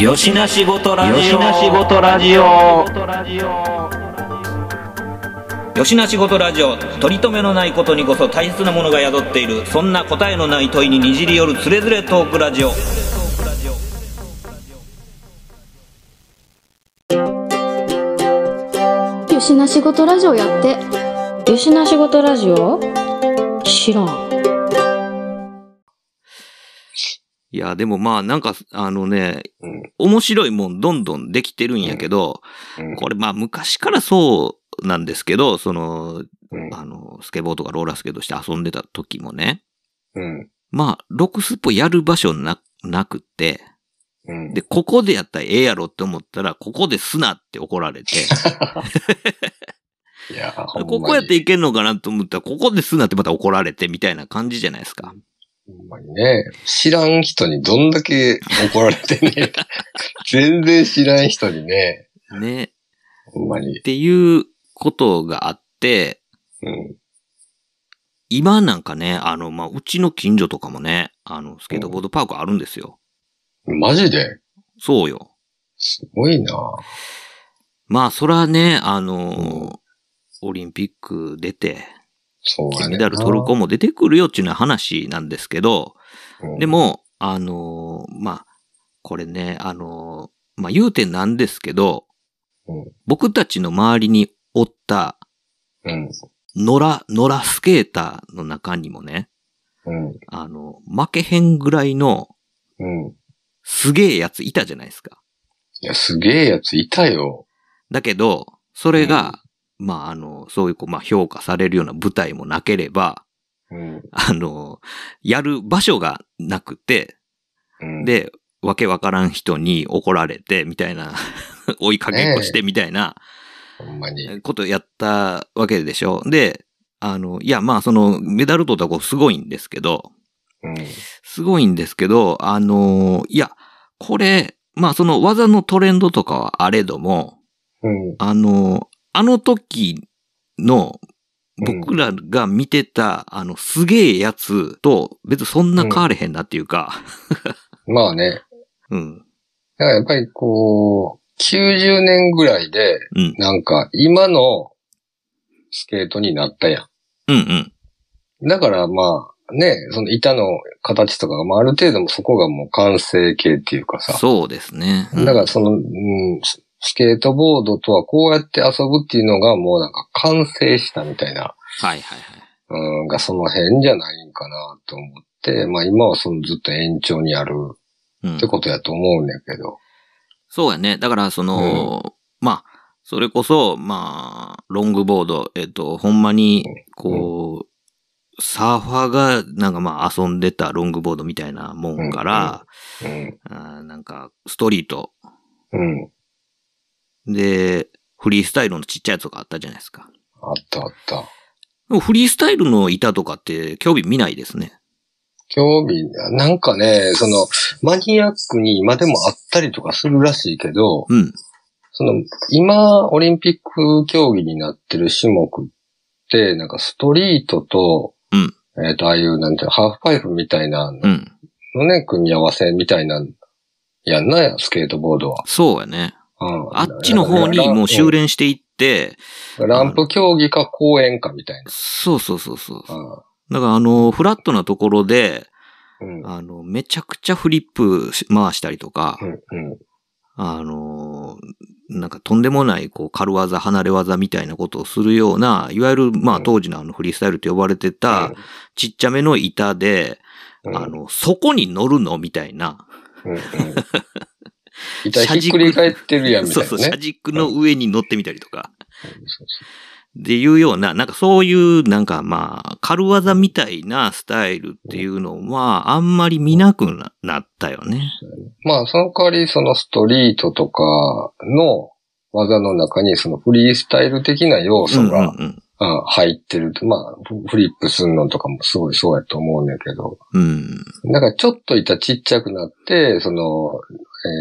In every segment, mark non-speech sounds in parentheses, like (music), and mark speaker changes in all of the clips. Speaker 1: よしな仕事ラジオよしな仕事ラジオよしな仕事ラジオ取り留めのないことにこそ大切なものが宿っているそんな答えのない問いににじり寄るつれづれトークラジオ
Speaker 2: よしな仕事ラジオやって
Speaker 3: 吉な仕事ラジオ知らん。
Speaker 4: いや、でもまあなんか、あのね、
Speaker 5: うん
Speaker 4: 面白いもんどんどんできてるんやけど、
Speaker 5: うん
Speaker 4: これまあ昔からそうなんですけど、その、
Speaker 5: うん
Speaker 4: あの、スケボーとかローラースケートして遊んでた時もね、
Speaker 5: うん。
Speaker 4: まあ、ロクスポやる場所な、なくて、
Speaker 5: うん。
Speaker 4: で、ここでやったらええやろって思ったら、ここですなって怒られて、
Speaker 5: いや、ほんまに
Speaker 4: ここやっていけんのかなと思ったら、ここですなってまた怒られてみたいな感じじゃないですか。
Speaker 5: ほんまにね、知らん人にどんだけ怒られてね。 (laughs) 全然知らん人にね、
Speaker 4: ね。っ
Speaker 5: ほんまに。
Speaker 4: ていうことがあって、
Speaker 5: うん。
Speaker 4: 今なんかね、あの、まあ、うちの近所とかもね、あの、スケートボードパークあるんですよ。
Speaker 5: マジで
Speaker 4: そうよ。
Speaker 5: すごいな
Speaker 4: まあ、そらね、あのーオリンピック出て、
Speaker 5: そうや
Speaker 4: 金
Speaker 5: ね
Speaker 4: メ
Speaker 5: んな
Speaker 4: ダル取る子も出てくるよっていうのは話なんですけど、
Speaker 5: うん
Speaker 4: でも、あのーまあ、これね、あのーまあ、言うてなんですけど、
Speaker 5: うん
Speaker 4: 僕たちの周りにおった、
Speaker 5: うん。
Speaker 4: 野良、野良スケーターの中にもね、
Speaker 5: うん。
Speaker 4: あの、負けへんぐらいの、
Speaker 5: うん。
Speaker 4: すげえやついたじゃないですか。
Speaker 5: いや、すげえやついたよ。
Speaker 4: だけど、それが、まあ、あの、そういう、こう、まあ、評価されるような舞台もなければ、
Speaker 5: うん。
Speaker 4: あの、やる場所がなくて、
Speaker 5: うん、
Speaker 4: で、わけわからん人に怒られて、みたいな、 (laughs) 追いかけっこして、みたいな
Speaker 5: ほんまに。
Speaker 4: ことやったわけでしょ。で、あの、いや、まあ、その、メダル取った子すごいんですけど、
Speaker 5: うん。
Speaker 4: すごいんですけど、あの、いや、これ、まあ、その技のトレンドとかはあれども、
Speaker 5: うん。
Speaker 4: あの、あの時の
Speaker 5: うん
Speaker 4: 僕らが見てた、あの、すげえやつと、別にそんな変われへんなっていうか、
Speaker 5: まあね。
Speaker 4: うん、
Speaker 5: だからやっぱりこう、90年ぐらいで、
Speaker 4: うん、
Speaker 5: なんか今のスケートになったや
Speaker 4: うん、うん、
Speaker 5: ん。だからまあ、ね、その板の形とかが、まあある程度もそこがもう完成形っていうかさ。
Speaker 4: そうですね。うん
Speaker 5: だからその、うん、ススケートボードとはこうやって遊ぶっていうのがもうなんか完成したみたいな、
Speaker 4: はいはいはい。
Speaker 5: うん、がその辺じゃないんかなと思って、まあ今はそのずっと延長にある
Speaker 4: うん
Speaker 5: ってことやと思うんやけど。
Speaker 4: そうやね。だから、その、まあ、それこそ、まあ、ロングボード、えっと、ほんまに、こう、サーファーが、なんかまあ、遊んでたロングボードみたいなもんから、
Speaker 5: うん。
Speaker 4: あーなんか、ストリート、
Speaker 5: うん。
Speaker 4: で、フリースタイルのちっちゃいやつとかあったじゃないですか。
Speaker 5: あったあった。
Speaker 4: でもフリースタイルの板とかって興味見ないですね。
Speaker 5: 興味、なんかね、その、マニアックに今でもあったりとかするらしいけど、
Speaker 4: うん。
Speaker 5: その、今、オリンピック競技になってる種目って、なんかストリートと、
Speaker 4: うん
Speaker 5: えっ、と、ああいう、なんていうのハーフパイプみたいなの
Speaker 4: うん。
Speaker 5: ね、組み合わせみたいな、やんな、スケートボードは。
Speaker 4: そうやね。
Speaker 5: うん
Speaker 4: あっちの方にもう修練していって、
Speaker 5: ランプ競技か公園かみたい
Speaker 4: そうそうそうそう。だ
Speaker 5: な。
Speaker 4: からあの、フラットなところで、
Speaker 5: うん。うん。
Speaker 4: あの、めちゃくちゃフリップし回したりとか
Speaker 5: う、ん。うん。
Speaker 4: あの、なんかとんでもない、こう、軽技、離れ技みたいなことをするような、いわゆる、まあ
Speaker 5: うん
Speaker 4: 当時のあの、フリースタイルと呼ばれてた、ちっちゃめの板で、
Speaker 5: うん、
Speaker 4: あの、そこに乗るのみたいな。
Speaker 5: うん、うん。痛い、ひっくり返ってるやんみたい
Speaker 4: そ
Speaker 5: な
Speaker 4: う
Speaker 5: ね。
Speaker 4: そう、車軸の上に乗ってみたりとか、
Speaker 5: うんそうそう
Speaker 4: っていうような、なんかそういう、なんかまあ、軽技みたいなスタイルっていうのは、あんまり見なくななったよね。
Speaker 5: まあ、その代わり、そのストリートとかの技の中に、そのフリースタイル的な要
Speaker 4: う
Speaker 5: 素
Speaker 4: んうん
Speaker 5: が、
Speaker 4: うん。
Speaker 5: うん入ってると。まあ、フフリップすんのとかもすごいそうやと思うんだけど。
Speaker 4: うん。
Speaker 5: だから、ちょっと板ちっちゃくなって、その、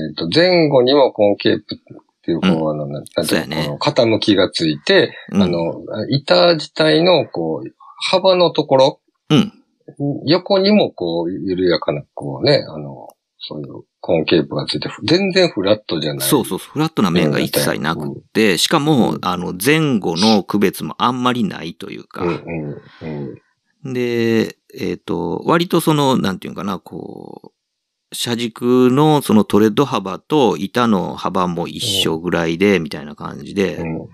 Speaker 5: えっ、と、前後にもコンケープっていう、こう、あの、なんなんて
Speaker 4: そう
Speaker 5: い
Speaker 4: や
Speaker 5: う
Speaker 4: ね
Speaker 5: の、この傾きがついて、
Speaker 4: うん
Speaker 5: あの、板自体の、こう、幅のところ、
Speaker 4: うん。
Speaker 5: 横にもこう、緩やかな、こうね、あの、そういうコンケープがついて、全然フラットじゃない。
Speaker 4: そうそう、フラットな面が一切なくて、しかも、あの、前後の区別もあんまりないというか、
Speaker 5: うんうんうん。
Speaker 4: で、えっ、と、割とその、なんていうかな、こう、車軸のそのトレッド幅と板の幅も一緒ぐらいで、みたいな感じ
Speaker 5: う
Speaker 4: で、
Speaker 5: んうん。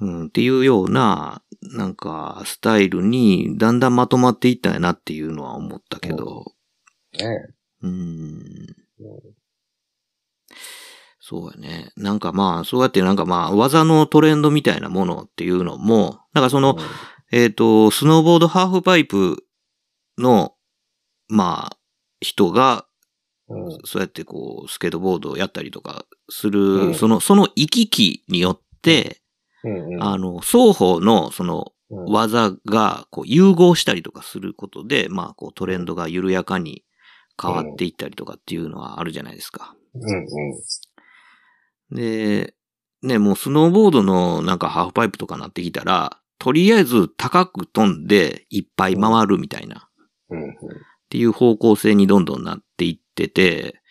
Speaker 4: うん、っていうような、なんか、スタイルに、だんだんまとまっていったんやなっていうのは思ったけど、
Speaker 5: ね
Speaker 4: うん。そうやね。なんかまあ、そうやってなんかまあ、技のトレンドみたいなものっていうのも、なんかその、えっ、と、スノーボードハーフパイプの、まあ、人が、
Speaker 5: うんうん
Speaker 4: そうやってこう、スケートボードをやったりとかす
Speaker 5: う
Speaker 4: る、
Speaker 5: ん
Speaker 4: その、その行き来によって、
Speaker 5: うんうん
Speaker 4: あの、双方の、その、
Speaker 5: うん
Speaker 4: 技が、こう、融合したりとかすることで、まあ、こう、トレンドが緩やかに変わっていったりとかっていうのはあるじゃないですか。
Speaker 5: うん
Speaker 4: で、ね、もうスノーボードのなんかハーフパイプとかなってきたら、とりあえず高く飛んでいっぱい回るみたいな。
Speaker 5: うんうん
Speaker 4: っていう方向性にどんどんなっていってて、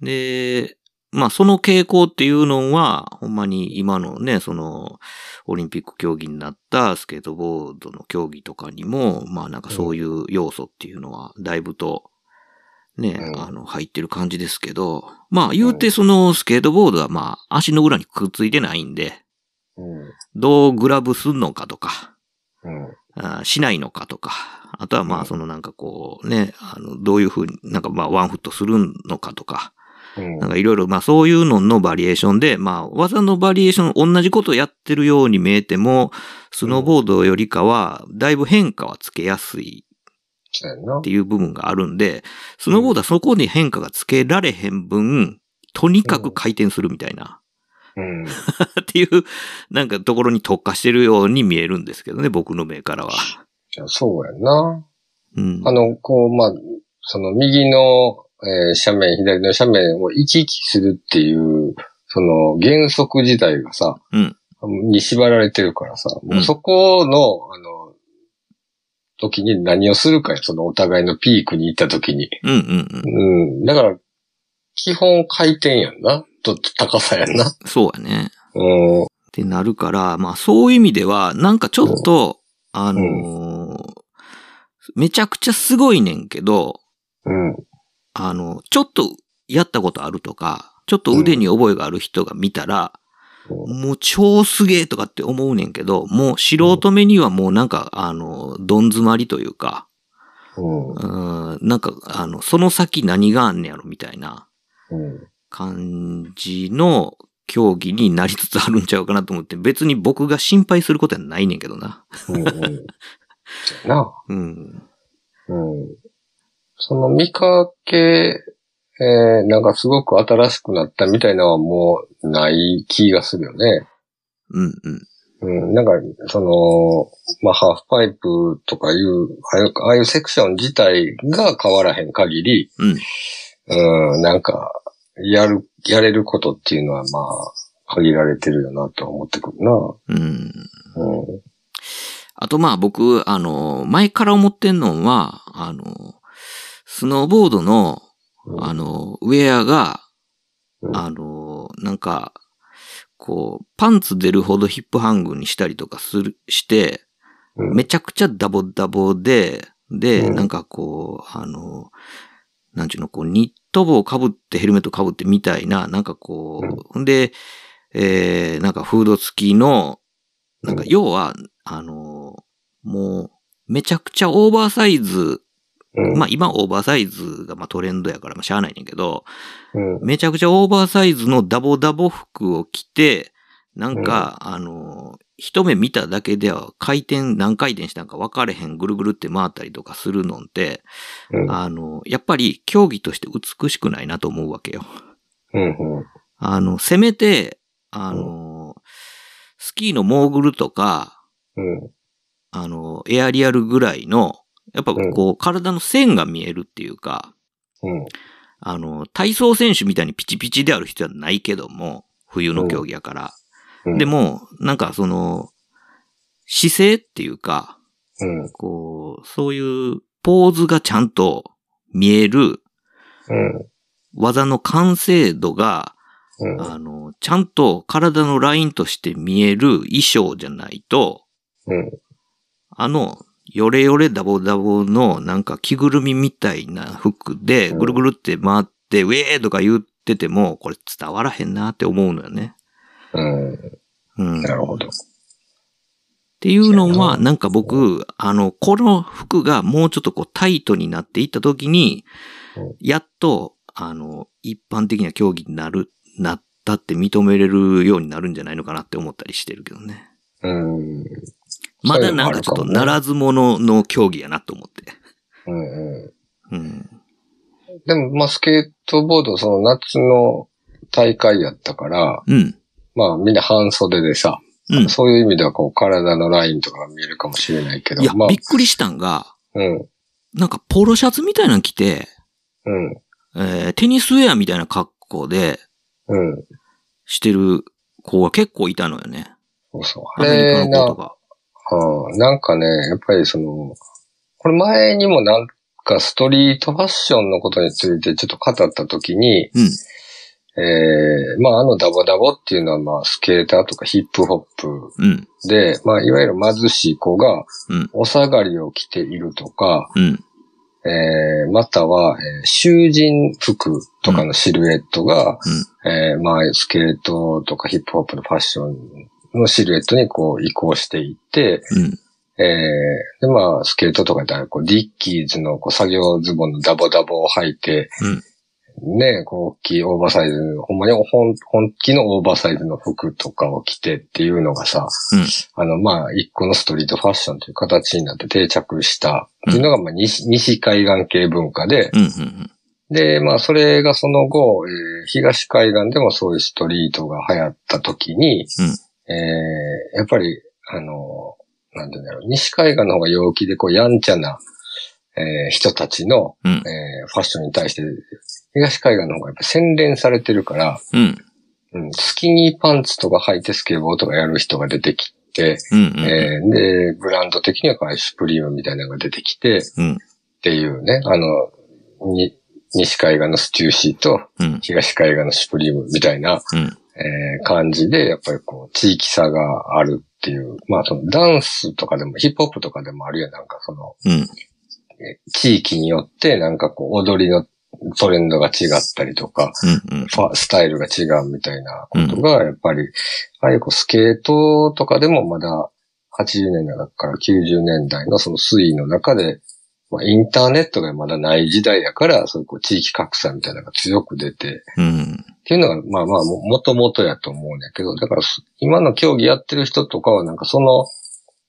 Speaker 4: で、まあその傾向っていうのは、ほんまに今のね、その、オリンピック競技になったスケートボードの競技とかにも、まあなんかそういう要素っていうのは、だいぶと、ね、
Speaker 5: うん
Speaker 4: あの、入ってる感じですけど、まあ言うてそのスケートボードはまあ足の裏にくっついてないんで、
Speaker 5: うん
Speaker 4: どうグラブすんのかとか、
Speaker 5: うん
Speaker 4: あーしないのかとか、あとはまあそのなんかこうね、あの、どういうふうに、なんかまあワンフットするのかとか、
Speaker 5: うん
Speaker 4: なんかいろいろまあそういうののバリエーションで、まあ技のバリエーション同じことやってるように見えても、スノーボードよりかはだいぶ変化はつけやすい
Speaker 5: そうやんな
Speaker 4: っていう部分があるんで、スノーボードはそこに変化がつけられへん分、とにかく回転するみたいな、
Speaker 5: うん。
Speaker 4: っていう、なんかところに特化してるように見えるんですけどね、僕の目からは。
Speaker 5: いやそうやんな。
Speaker 4: うん
Speaker 5: あの、こう、まあ、その右の、えー斜面、左の斜面を行き来するっていう、その原則自体がさ、
Speaker 4: うん
Speaker 5: に縛られてるからさ、
Speaker 4: う
Speaker 5: も
Speaker 4: ん
Speaker 5: うそこの、あの、時に何をするかよ、そのお互いのピークに行った時に。
Speaker 4: うんうんうん。
Speaker 5: うん。だから、基本回転やんな。と高さや
Speaker 4: (laughs)
Speaker 5: んな。
Speaker 4: そうやね。
Speaker 5: うん。
Speaker 4: ってなるから、まあそういう意味では、なんかちょっと、あのーめちゃくちゃすごいねんけど、
Speaker 5: うん。
Speaker 4: あの、ちょっとやったことあるとか、ちょっと腕に覚えがある人が見たら、
Speaker 5: う
Speaker 4: もう超すげえとかって思うねんけど、もう素人目にはもうなんか、あの、どん詰まりというか、
Speaker 5: うん。
Speaker 4: うん、なんか、あの、その先何があんねやろみたいな
Speaker 5: うん。
Speaker 4: 感じの競技になりつつあるんちゃうかなと思って、別に僕が心配することはないねんけどな。
Speaker 5: うん。うん。
Speaker 4: (laughs)
Speaker 5: そうやな。
Speaker 4: うん。
Speaker 5: うん。その見かけ、えー、なんかすごく新しくなったみたいなのはもうない気がするよね。
Speaker 4: うんうん。
Speaker 5: うん、なんか、その、まあ、ハーフパイプとかいう、ああいうああいうセクション自体が変わらへん限り、
Speaker 4: うん。
Speaker 5: うん、なんか、やる、やれることっていうのは、まあ、限られてるよなとは思ってくるな。
Speaker 4: うん。
Speaker 5: うん。
Speaker 4: あとまあ僕、あの、前から思ってんのは、あの、スノーボードの、
Speaker 5: うん
Speaker 4: あの、ウェアが、
Speaker 5: うん
Speaker 4: あの、なんか、こう、パンツ出るほどヒップハングにしたりとかする、して、
Speaker 5: うん
Speaker 4: めちゃくちゃダボダボで、で、
Speaker 5: うん
Speaker 4: なんかこう、あの、なんちゅうの、こう、ニット帽かぶってヘルメットかぶってみたいな、なんかこ
Speaker 5: うん
Speaker 4: う、ほんで、えー、なんかフード付きの、なんか
Speaker 5: うん
Speaker 4: 要は、あの、もう、めちゃくちゃオーバーサイズ、
Speaker 5: うん。
Speaker 4: まあ今オーバーサイズがまあトレンドやからまあしゃあないねんけど、
Speaker 5: うん。
Speaker 4: めちゃくちゃオーバーサイズのダボダボ服を着て、なんか、あの、一目見ただけでは回転、何回転したんか分かれへん、ぐるぐるって回ったりとかするのって、
Speaker 5: うん。
Speaker 4: あの、やっぱり競技として美しくないなと思うわけよ。
Speaker 5: うん。
Speaker 4: あの、せめて、あの、スキーのモーグルとか、
Speaker 5: うん。
Speaker 4: あの、エアリアルぐらいの、やっぱこう、体の線が見えるっていうか、
Speaker 5: うん。
Speaker 4: あの、体操選手みたいにピチピチである必要はないけども、冬の競技やから。
Speaker 5: うん。
Speaker 4: で、も、なんかその、姿勢っていうか、
Speaker 5: うん。
Speaker 4: こう、そういうポーズがちゃんと見える、
Speaker 5: うん。
Speaker 4: 技の完成度が、
Speaker 5: うん。
Speaker 4: あの、ちゃんと体のラインとして見える衣装じゃないと、
Speaker 5: うん。
Speaker 4: あの、ヨレヨレダボダボのなんか着ぐるみみたいな服で
Speaker 5: うん
Speaker 4: ぐるぐるって回って、ウェーとか言ってても、これ伝わらへんなって思うのよね。
Speaker 5: うん。
Speaker 4: うん。
Speaker 5: なるほど。
Speaker 4: っていうの
Speaker 5: そうや
Speaker 4: は、なんか僕、あの、この服がもうちょっとこうタイトになっていった時に
Speaker 5: うん、
Speaker 4: やっと、あの、一般的な競技になる、なったって認めれるようになるんじゃないのかなって思ったりしてるけどね。
Speaker 5: うん。
Speaker 4: まだなんかちょっとならず者の競技やなと思って。
Speaker 5: うんうん。
Speaker 4: うん。
Speaker 5: でも、まあ、スケートボード、その夏の大会やったから、
Speaker 4: うん。
Speaker 5: まあ、みんな半袖でさ、
Speaker 4: うん。
Speaker 5: そういう意味では、こう、体のラインとかが見えるかもしれないけど
Speaker 4: いや、、
Speaker 5: まあ
Speaker 4: びっ、くりしたんが、
Speaker 5: うん、
Speaker 4: なんかポロシャツみたいなの着て、
Speaker 5: うん、
Speaker 4: えーテニスウェアみたいな格好で
Speaker 5: うん。
Speaker 4: してる子が結構いたのよね。
Speaker 5: そうそう。
Speaker 4: ア
Speaker 5: あ
Speaker 4: メリカ
Speaker 5: れ
Speaker 4: の子
Speaker 5: な
Speaker 4: と、か。
Speaker 5: うん、なんかね、やっぱりその、これ前にもなんかストリートファッションのことについてちょっと語ったときに、
Speaker 4: うん。
Speaker 5: えー、まああのダボダボっていうのはまあスケーターとかヒップホップ
Speaker 4: うん。
Speaker 5: で、まあいわゆる貧しい子が
Speaker 4: うん
Speaker 5: お下がりを着ているとか、
Speaker 4: うん。
Speaker 5: えー、または、えー囚人服とかのシルエットが、えー、まあスケートとかヒップホップのファッションのシルエットにこう移行していって、
Speaker 4: うん。
Speaker 5: えー、で、まあ、スケートとかだこう、ディッキーズの、こう、作業ズボンのダボダボを履いて、ね、こう、大きいオーバーサイズの、ほんまに本本気のオーバーサイズの服とかを着てっていうのがさ、
Speaker 4: うん
Speaker 5: あの、まあ、一個のストリートファッションという形になって定着したっていうのが、まあ西、西海岸系文化で、
Speaker 4: うん。うん。
Speaker 5: で、まあ、それがその後、えー東海岸でもそういうストリートが流行った時に、えーやっぱり、あの、なんていうんだろう、西海岸の方が陽気で、こう、やんちゃな、えー人たちの、
Speaker 4: うん
Speaker 5: えーファッションに対して、東海岸の方がやっぱ洗練されてるから、
Speaker 4: うん。
Speaker 5: うん、スキニーパンツとか履いてスケボーとかやる人が出てきて、
Speaker 4: うん。うん。
Speaker 5: えーで、ブランド的にはこう、シュプリームみたいなのが出てきて、
Speaker 4: うん
Speaker 5: っていうね、あの、に、西海岸のスチューシーと
Speaker 4: うん。
Speaker 5: 東海岸のシュプリームみたいな、
Speaker 4: うん。
Speaker 5: えー感じで、やっぱりこう、地域差があるっていう。まあ、そのダンスとかでも、ヒップホップとかでもあるよ。なんかその、
Speaker 4: うん。
Speaker 5: えー地域によって、なんかこう、踊りのトレンドが違ったりとか、
Speaker 4: うん。
Speaker 5: ファスタイルが違うみたいなことが、やっぱり、ああいうこう、スケートとかでもまだ、80年代から90年代のその推移の中で、まあ、インターネットがまだない時代やから、そういうこう地域格差みたいなのが強く出て、
Speaker 4: うん。
Speaker 5: っていうのが、まあまあ、ももともとやと思うんだけど、だからす、今の競技やってる人とかは、なんかその、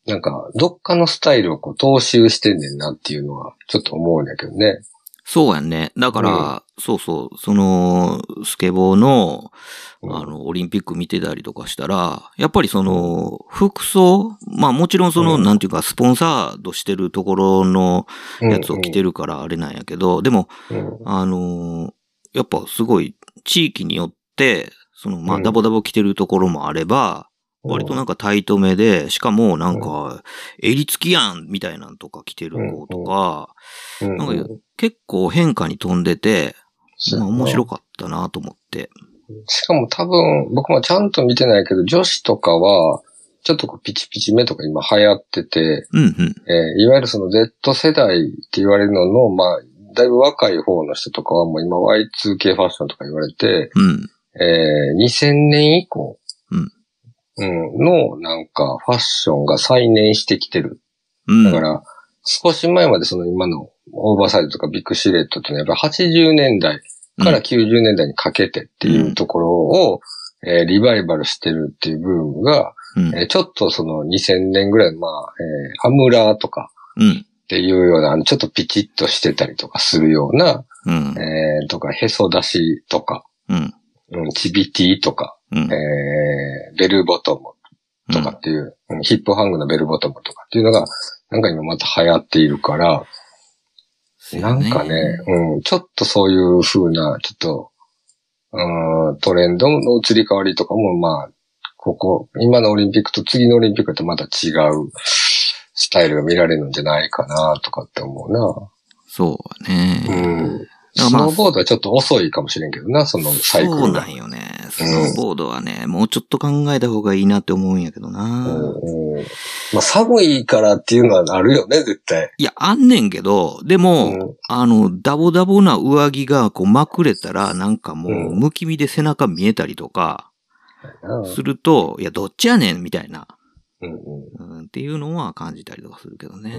Speaker 5: なんか、どっかのスタイルをこう、踏襲してんねんなっていうのは、ちょっと思うんだけどね。
Speaker 4: そうやんね。だから、そうそう、その、スケボーの、あの、オリンピック見てたりとかしたら、やっぱりその、服装まあもちろんその、
Speaker 5: うん
Speaker 4: なんていうか、スポンサードしてるところの
Speaker 5: うん
Speaker 4: やつを着てるからあれなんやけど、でも、
Speaker 5: うん
Speaker 4: あのーやっぱすごい、地域によって、その、ま
Speaker 5: う
Speaker 4: あ、
Speaker 5: ん
Speaker 4: ダボダボ着てるところもあれば、割となんかタイトめで、しかもなんか、襟付きやんみたいなんとか着てる子とか、
Speaker 5: うん
Speaker 4: なんか
Speaker 5: う
Speaker 4: 結構変化に飛んでて、
Speaker 5: そう
Speaker 4: ま
Speaker 5: や
Speaker 4: あ
Speaker 5: な
Speaker 4: 面白かったなと思って。
Speaker 5: しかも多分、僕もちゃんと見てないけど、女子とかは、ちょっとこうピチピチ目とか今流行ってて、
Speaker 4: うんうん。
Speaker 5: えーいわゆるその Z 世代って言われるのの、まあ、だいぶ若い方の人とかはもう今 Y2K ファッションとか言われて、
Speaker 4: うん。
Speaker 5: えー2000年以降、
Speaker 4: うん
Speaker 5: うんの、なんか、ファッションが再燃してきてる。
Speaker 4: うん。
Speaker 5: だから、少し前までその今のオーバーサイズとかビッグシルエットっていうのはやっぱり80年代から90年代にかけてっていうところを、えーリバイバルしてるっていうブームが、
Speaker 4: うん、
Speaker 5: えーちょっとその2000年ぐらい、まあ、えーアムラーとか
Speaker 4: うん。
Speaker 5: っていうような、あのちょっとピチッとしてたりとかするような、
Speaker 4: うん。
Speaker 5: えーとか、へそ出しとか、
Speaker 4: うん。
Speaker 5: うん、チビティとか、
Speaker 4: うん。
Speaker 5: えーベルボトムとかっていう、うんヒップハングのベルボトムとかっていうのが、なんか今また流行っているから、なんかね、うん、ちょっとそういう風な、ちょっと、うん、トレンドの移り変わりとかも、まあ、ここ、今のオリンピックと次のオリンピックとまた違うスタイルが見られるんじゃないかな、とかって思うな。
Speaker 4: そうね。
Speaker 5: うん。
Speaker 4: あ
Speaker 5: ス
Speaker 4: まあ
Speaker 5: ノーボードはちょっと遅いかもしれんけどな、そのサイク
Speaker 4: そう
Speaker 5: ル
Speaker 4: な
Speaker 5: が。
Speaker 4: んよね。スノーボードはね、もうちょっと考えた方がいいなって思うんやけどな。
Speaker 5: うんうんまあ、寒いからっていうのはあるよね、絶対。
Speaker 4: いや、あんねんけど、でも、
Speaker 5: うん
Speaker 4: あの、ダボダボな上着がこうまくれたら、なんかもう、
Speaker 5: うん
Speaker 4: むきみで背中見えたりとか、
Speaker 5: うん
Speaker 4: すると、いや、どっちやねんみたいな、
Speaker 5: うんうん
Speaker 4: うん、っていうのは感じたりとかするけどね。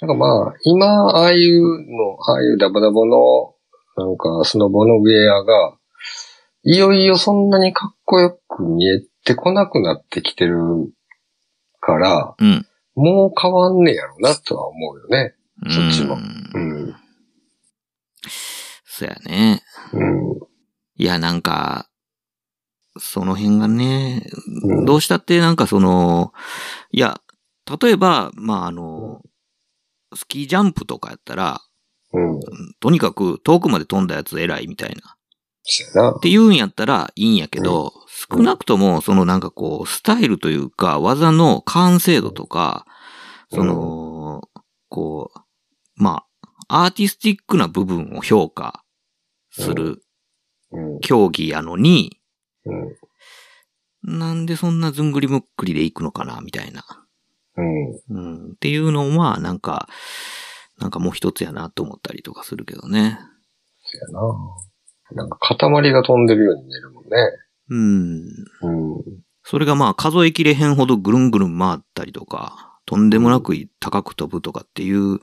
Speaker 5: なんかまあ、今、ああいうの、ああいうダボダボの、なんか、スノボのウェアが、いよいよそんなにかっこよく見えてこなくなってきてるから、
Speaker 4: うん。
Speaker 5: もう変わんねえやろなとは思うよね。そっちも
Speaker 4: うん
Speaker 5: うん。
Speaker 4: そうやね。
Speaker 5: うん。
Speaker 4: いや、なんか、その辺がね、
Speaker 5: うん
Speaker 4: どうしたってなんかその、いや、例えば、まあ、あの、スキージャンプとかやったら、
Speaker 5: うん。
Speaker 4: うんとにかく遠くまで飛んだやつ偉いみたいな。
Speaker 5: そうやな
Speaker 4: っ。て言うんやったらいいんやけど、少なくとも、そのなんかこう、スタイルというか、技の完成度とか、その、こう、まあ、アーティスティックな部分を評価する
Speaker 5: うん。
Speaker 4: 競技やのに、
Speaker 5: うん。
Speaker 4: なんでそんなずんぐりむっくりで行くのかな、みたいな。
Speaker 5: うん。
Speaker 4: うん、っていうのは、なんか、なんかもう一つやなと思ったりとかするけどね。
Speaker 5: そうやな。なんか、塊が飛んでるように見えるもんね。
Speaker 4: うん。
Speaker 5: うん。
Speaker 4: それがまあ数えきれへんほどぐるんぐるん回ったりとか、とんでもなく高く飛ぶとかっていう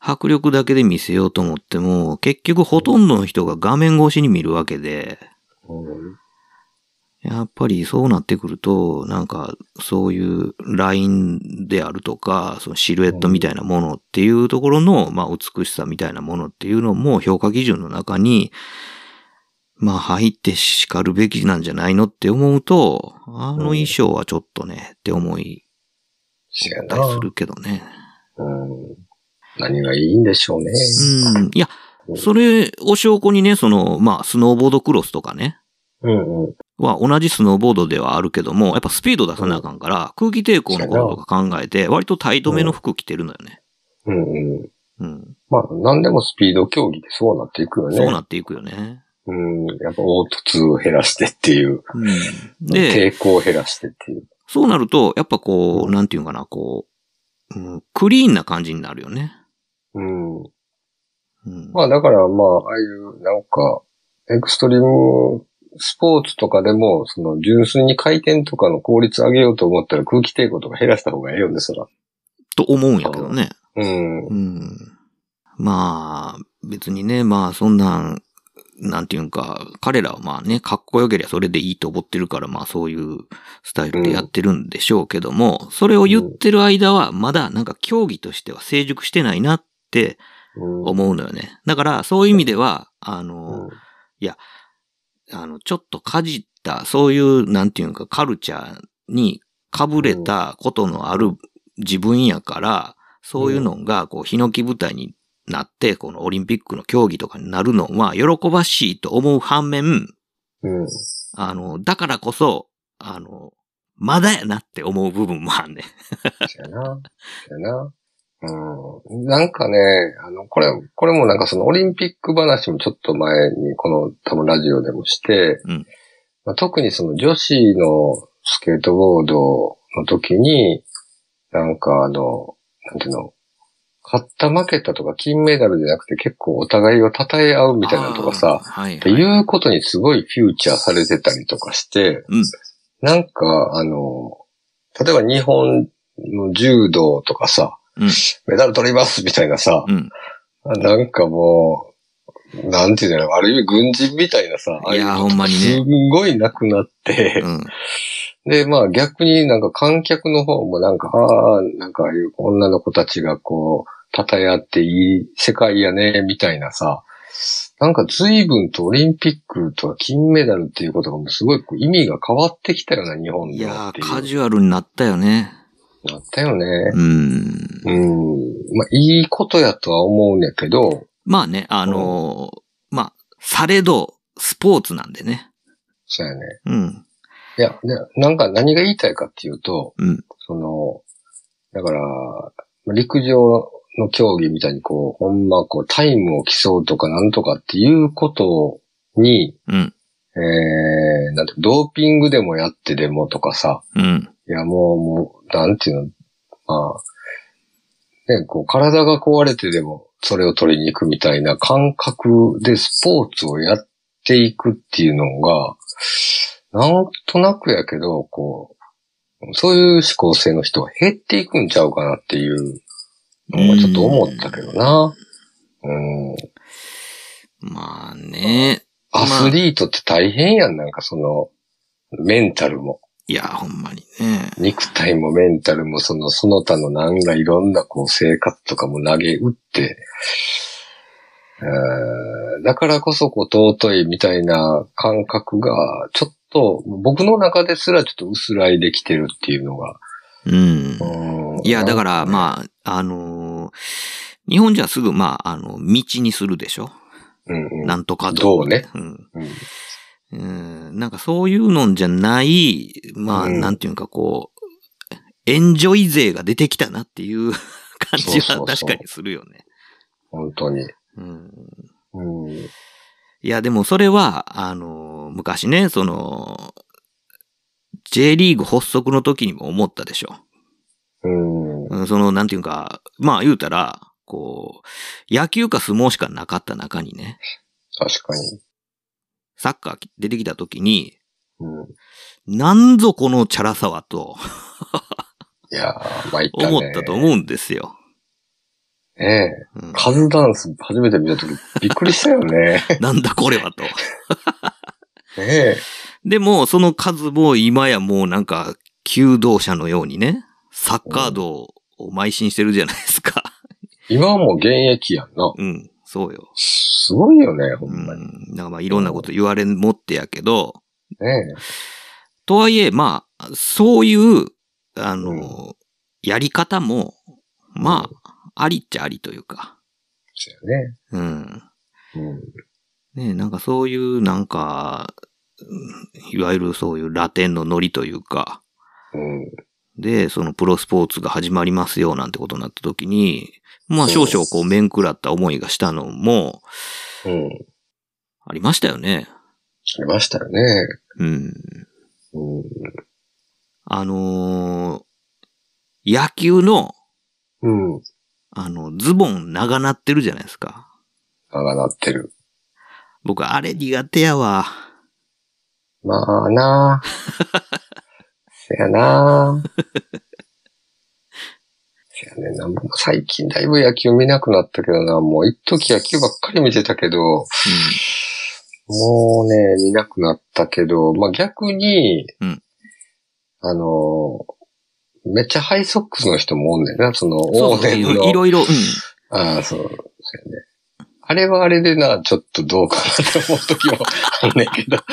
Speaker 4: 迫力だけで見せようと思っても、結局ほとんどの人が画面越しに見るわけで、
Speaker 5: うん。
Speaker 4: やっぱりそうなってくると、なんかそういうラインであるとか、そのシルエットみたいなものっていうところの、まあ美しさみたいなものっていうのも評価基準の中に、まあ入って叱るべきなんじゃないのって思うと、あの衣装はちょっとね、って思い
Speaker 5: そうや
Speaker 4: た
Speaker 5: な
Speaker 4: り。するけどね。
Speaker 5: うん。何がいいんでしょうね。
Speaker 4: うん。いや、それを証拠にね、その、まあスノーボードクロスとかね、
Speaker 5: うんうん。
Speaker 4: は同じスノーボードではあるけども、やっぱスピード出さなあかんから、空気抵抗のこととか考えて、割とタイトめの服着てるのよね。
Speaker 5: うんうん。
Speaker 4: うん。
Speaker 5: まあ、何でもスピード競技でそうなっていくよね。
Speaker 4: そうなっていくよね。
Speaker 5: うん。やっぱ凹凸を減らしてっていう。
Speaker 4: うん。で、
Speaker 5: 抵抗を減らしてっていう。
Speaker 4: そうなると、やっぱこう、なんていうんかな、こう、うん、クリーンな感じになるよね。
Speaker 5: うん。
Speaker 4: うん。
Speaker 5: まあ、だからまあ、ああいう、なんか、エクストリームスポーツとかでも、その、純粋に回転とかの効率上げようと思ったら空気抵抗とか減らした方がええよね、そら。
Speaker 4: と思うんやけどね。
Speaker 5: うん。
Speaker 4: うん。まあ、別にね、まあ、そんなん、なんていうんか、彼らはまあね、かっこよけりゃそれでいいと思ってるから、まあそういうスタイルでやってるんでしょうけども、それを言ってる間は、まだなんか競技としては成熟してないなって
Speaker 5: うん。
Speaker 4: 思うのよね。だから、そういう意味では、あ
Speaker 5: うん
Speaker 4: の、あの、ちょっとかじった、そういう、なんていうんか、カルチャーにかぶれたことのある自分やから、そういうのが、こう、ヒノキ舞台になって、このオリンピックの競技とかになるのは、喜ばしいと思う反面、
Speaker 5: うん。
Speaker 4: あの、だからこそ、あの、まだやなって思う部分もあんね。
Speaker 5: そうやな。そうやな。うん。なんかね、あの、これ、これもなんかそのオリンピック話もちょっと前にこの多分ラジオでもして、
Speaker 4: うん
Speaker 5: まあ、特にその女子のスケートボードの時に、なんかあの、なんていうの、勝った負けたとか金メダルじゃなくて結構お互いを称え合うみたいなのとか
Speaker 4: あー
Speaker 5: さ、
Speaker 4: はい、
Speaker 5: って
Speaker 4: はい。
Speaker 5: いうことにすごいフューチャーされてたりとかして、
Speaker 4: うん。
Speaker 5: なんか、あの、例えば日本の柔道とかさ、
Speaker 4: うん
Speaker 5: メダル取りますみたいなさ、
Speaker 4: うん。
Speaker 5: なんかもう、なんていうんだろう、ある意味軍人みたいなさ、ああ
Speaker 4: いうやー、
Speaker 5: の
Speaker 4: ほんまに
Speaker 5: す
Speaker 4: ね。
Speaker 5: んごいなくなって
Speaker 4: う、ん。
Speaker 5: で、まあ逆になんか観客の方もなんか、ああ、なんかああいう女の子たちがこう、たたえ合っていい世界やね、みたいなさ、なんか随分とオリンピックとか金メダルっていうことがもうすごいこう意味が変わってきたような日本
Speaker 4: い
Speaker 5: では
Speaker 4: や
Speaker 5: って
Speaker 4: ー、
Speaker 5: いう
Speaker 4: カジュアルになったよね。
Speaker 5: なったよね。
Speaker 4: うん。
Speaker 5: うん。まあ、いいことやとは思うんやけど、
Speaker 4: まあね、あのーまあ、されど、スポーツなんでね。
Speaker 5: そうやね。
Speaker 4: うん。
Speaker 5: いや、でなんか何が言いたいかっていうと、
Speaker 4: うん。
Speaker 5: その、だから、まあ陸上の競技みたいにこう、ほんまこう、タイムを競うとかなんとかっていうことに、
Speaker 4: うん。
Speaker 5: えー、なんて、ドーピングでもやってでもとかさ、
Speaker 4: うん。
Speaker 5: いやもう、もう、なんていうの、まあ、ね、こう、体が壊れてでも、それを取りに行くみたいな感覚でスポーツをやっていくっていうのが、なんとなくやけど、こう、そういう思考性の人は減っていくんちゃうかなっていうのがちょっと思ったけどな。うん。
Speaker 4: まあね。
Speaker 5: アスリートって大変やん、なんかその、メンタルも。
Speaker 4: いや、ほんまにね。
Speaker 5: 肉体もメンタルもその、その他のなんかいろんなこう生活とかも投げ打って、えーだからこそこう尊いみたいな感覚が、ちょっと僕の中ですらちょっと薄らいできてるっていうのが。
Speaker 4: うん。
Speaker 5: うん
Speaker 4: いや、だから、まあ、あのー日本じゃすぐ、まあ、あの、道にするでしょ
Speaker 5: うんうん
Speaker 4: なんとか
Speaker 5: 道ね。
Speaker 4: うん。
Speaker 5: うん
Speaker 4: うん。なんかそういうのんじゃない、まあ、
Speaker 5: うん
Speaker 4: なんていうんかこう、エンジョイ勢が出てきたなっていう (laughs) 感じ
Speaker 5: そ
Speaker 4: は
Speaker 5: うそう
Speaker 4: 確
Speaker 5: そう
Speaker 4: かにするよね。
Speaker 5: 本当に。
Speaker 4: うん。
Speaker 5: うん。
Speaker 4: いや、でもそれは、あのー昔ね、その、J リーグ発足の時にも思ったでしょ。
Speaker 5: うん。
Speaker 4: うんその、なんていうか、まあ言うたら、こう、野球か相撲しかなかった中にね、
Speaker 5: 確かに。
Speaker 4: サッカー出てきた時に、
Speaker 5: うん。
Speaker 4: なんぞこのチャラさはと
Speaker 5: いやー、参ったね。
Speaker 4: 思ったと思うんですよ。
Speaker 5: ねえ。
Speaker 4: うん
Speaker 5: カズダンス初めて見たときびっくりしたよね。 (laughs)
Speaker 4: なんだこれはと。
Speaker 5: ねえ。
Speaker 4: でも、その数も今やもうなんか、弓道者のようにね、サッカー道を邁進してるじゃないですか。
Speaker 5: 今はもう現役やんな。
Speaker 4: うん、そうよ。
Speaker 5: すごいよね、ほ
Speaker 4: うん
Speaker 5: まに。
Speaker 4: ん、なんかまあいろんなこと言われんもってやけど、
Speaker 5: ね
Speaker 4: とはいえ、まあ、そういう、あの、
Speaker 5: うん
Speaker 4: やり方も、まあ、ありっちゃありというか、
Speaker 5: え。そうやね。
Speaker 4: うん。
Speaker 5: うん。
Speaker 4: ねえなんかそういう、なんか、うんいわゆるそういうラテンのノリというか、
Speaker 5: うん。
Speaker 4: で、そのプロスポーツが始まりますよなんてことになった時に、まあ
Speaker 5: そ
Speaker 4: 少
Speaker 5: う
Speaker 4: 々こう面食らった思いがしたのも
Speaker 5: うん。
Speaker 4: ありましたよね。
Speaker 5: ありましたよね。
Speaker 4: うん。
Speaker 5: うん。
Speaker 4: あのー野球の、
Speaker 5: うん。
Speaker 4: あの、ズボン長なってるじゃないですか。
Speaker 5: 長なってる。
Speaker 4: 僕、あれ苦手やわ。
Speaker 5: まあなあせやなあせやねんな。もう最近だいぶ野球見なくなったけどな。もう一時野球ばっかり見てたけど、もうね、見なくなったけど、まあ、逆に、
Speaker 4: うん
Speaker 5: あの、めっちゃハイソックスの人もおんねんな、その、
Speaker 4: うん。そう
Speaker 5: 往
Speaker 4: そう、い
Speaker 5: 年
Speaker 4: ろい
Speaker 5: の。
Speaker 4: ろいろ、うん。
Speaker 5: ああ、そう、そうやね。あれはあれでな、ちょっとどうかなって思う時もあんねんけど。
Speaker 4: (laughs)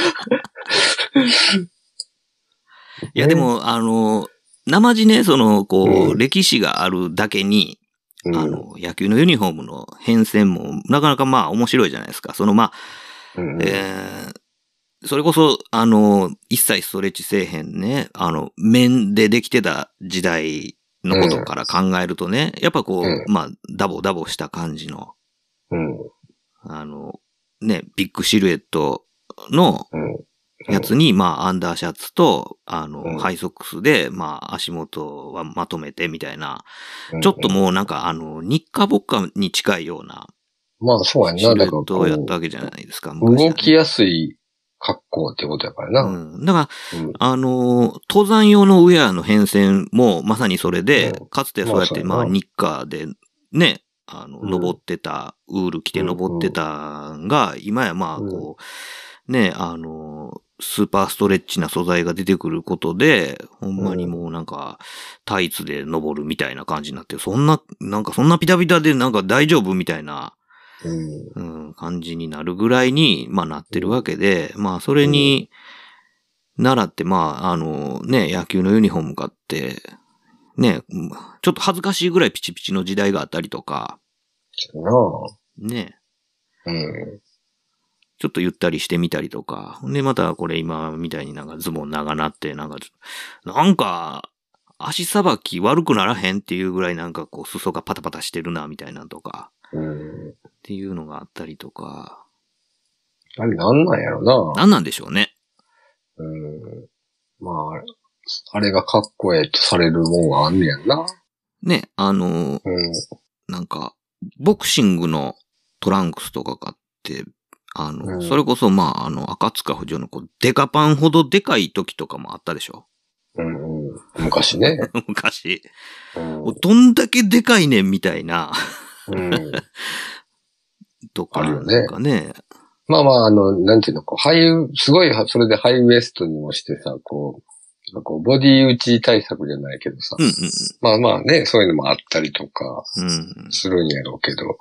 Speaker 4: いや、でも、あの、生地ね、その、こう、
Speaker 5: うん
Speaker 4: 歴史があるだけに、
Speaker 5: うん、
Speaker 4: あの、野球のユニフォームの変遷も、なかなかまあ面白いじゃないですか。その、ま
Speaker 5: うん
Speaker 4: あ、えーそれこそ、あの、一切ストレッチせえへんね、あの、面でできてた時代のことから考えるとね、やっぱこう、
Speaker 5: うん
Speaker 4: まあ、ダボダボした感じの、
Speaker 5: うん、
Speaker 4: あの、ね、ビッグシルエットの、
Speaker 5: うん。
Speaker 4: やつに、まあ、アンダーシャツと、あの、
Speaker 5: うん
Speaker 4: ハイソックスで、まあ、足元はまとめてみたいな、
Speaker 5: うん
Speaker 4: ちょっと、もうなんか、あの、日課ぼっかに近いような
Speaker 5: まあそうやん
Speaker 4: シル
Speaker 5: な、
Speaker 4: エ
Speaker 5: だから
Speaker 4: ット
Speaker 5: こ
Speaker 4: をやった
Speaker 5: う、
Speaker 4: わけじゃないですか、
Speaker 5: 動き
Speaker 4: や
Speaker 5: やすい格好ってことやから
Speaker 4: う
Speaker 5: な。
Speaker 4: ん。だから、
Speaker 5: うん
Speaker 4: あの、登山用のウェアの変遷も、まさにそれで
Speaker 5: う、
Speaker 4: かつてそうやっ
Speaker 5: まあそう
Speaker 4: て、
Speaker 5: やな
Speaker 4: まあ、日課で、ね、あの、
Speaker 5: うん
Speaker 4: 登ってた、ウール着て登ってたんが、今やまあ、
Speaker 5: うん
Speaker 4: こう、ね、あの、スーパーストレッチな素材が出てくることで、ほんまにもうなんか、タイツで登るみたいな感じになって、そんな、なんかそんなピタピタでなんか大丈夫みたいな、
Speaker 5: うん
Speaker 4: うん、感じになるぐらいに、まあなってるわけで、まあそれに、習って、まああのね、野球のユニフォーム買って、ね、うんちょっと恥ずかしいぐらいピチピチの時代があったりとか、
Speaker 5: ちょ
Speaker 4: ね、
Speaker 5: っとなうん。
Speaker 4: ちょっとゆったりしてみたりとか、でまたこれ今みたいになんかズボン長なって、なんかちょ、なんか、足さばき悪くならへんっていうぐらいなんかこう、裾がパタパタしてるな、みたいなとか、
Speaker 5: うん。
Speaker 4: っていうのがあったりとか、
Speaker 5: あれなんなんやろな。
Speaker 4: 何なんでしょうね。
Speaker 5: うん。まああれ、あれがかっこええとされるもんはあんねやんな。
Speaker 4: ね、あの、
Speaker 5: うん。
Speaker 4: なんか、ボクシングのトランクスとか買って、あの、
Speaker 5: うん
Speaker 4: それこそ、まあ、あの、赤塚不二夫のこう、デカパンほどでかい時とかもあったでしょ (laughs)
Speaker 5: うんうん。昔ね。
Speaker 4: 昔。
Speaker 5: うん。
Speaker 4: おどんだけでかいねんみたいな、 (laughs)
Speaker 5: うん、
Speaker 4: とか、
Speaker 5: あるよね
Speaker 4: なんかね。
Speaker 5: まあまあ、あの、なんていうの、こう、ハイウ、すごい、それでハイウエストにもしてさ、こう、なんかこうボディ打ち対策じゃないけどさ、
Speaker 4: うんうん
Speaker 5: まあまあね、そういうのもあったりとか、
Speaker 4: うん。
Speaker 5: するんやろうけど、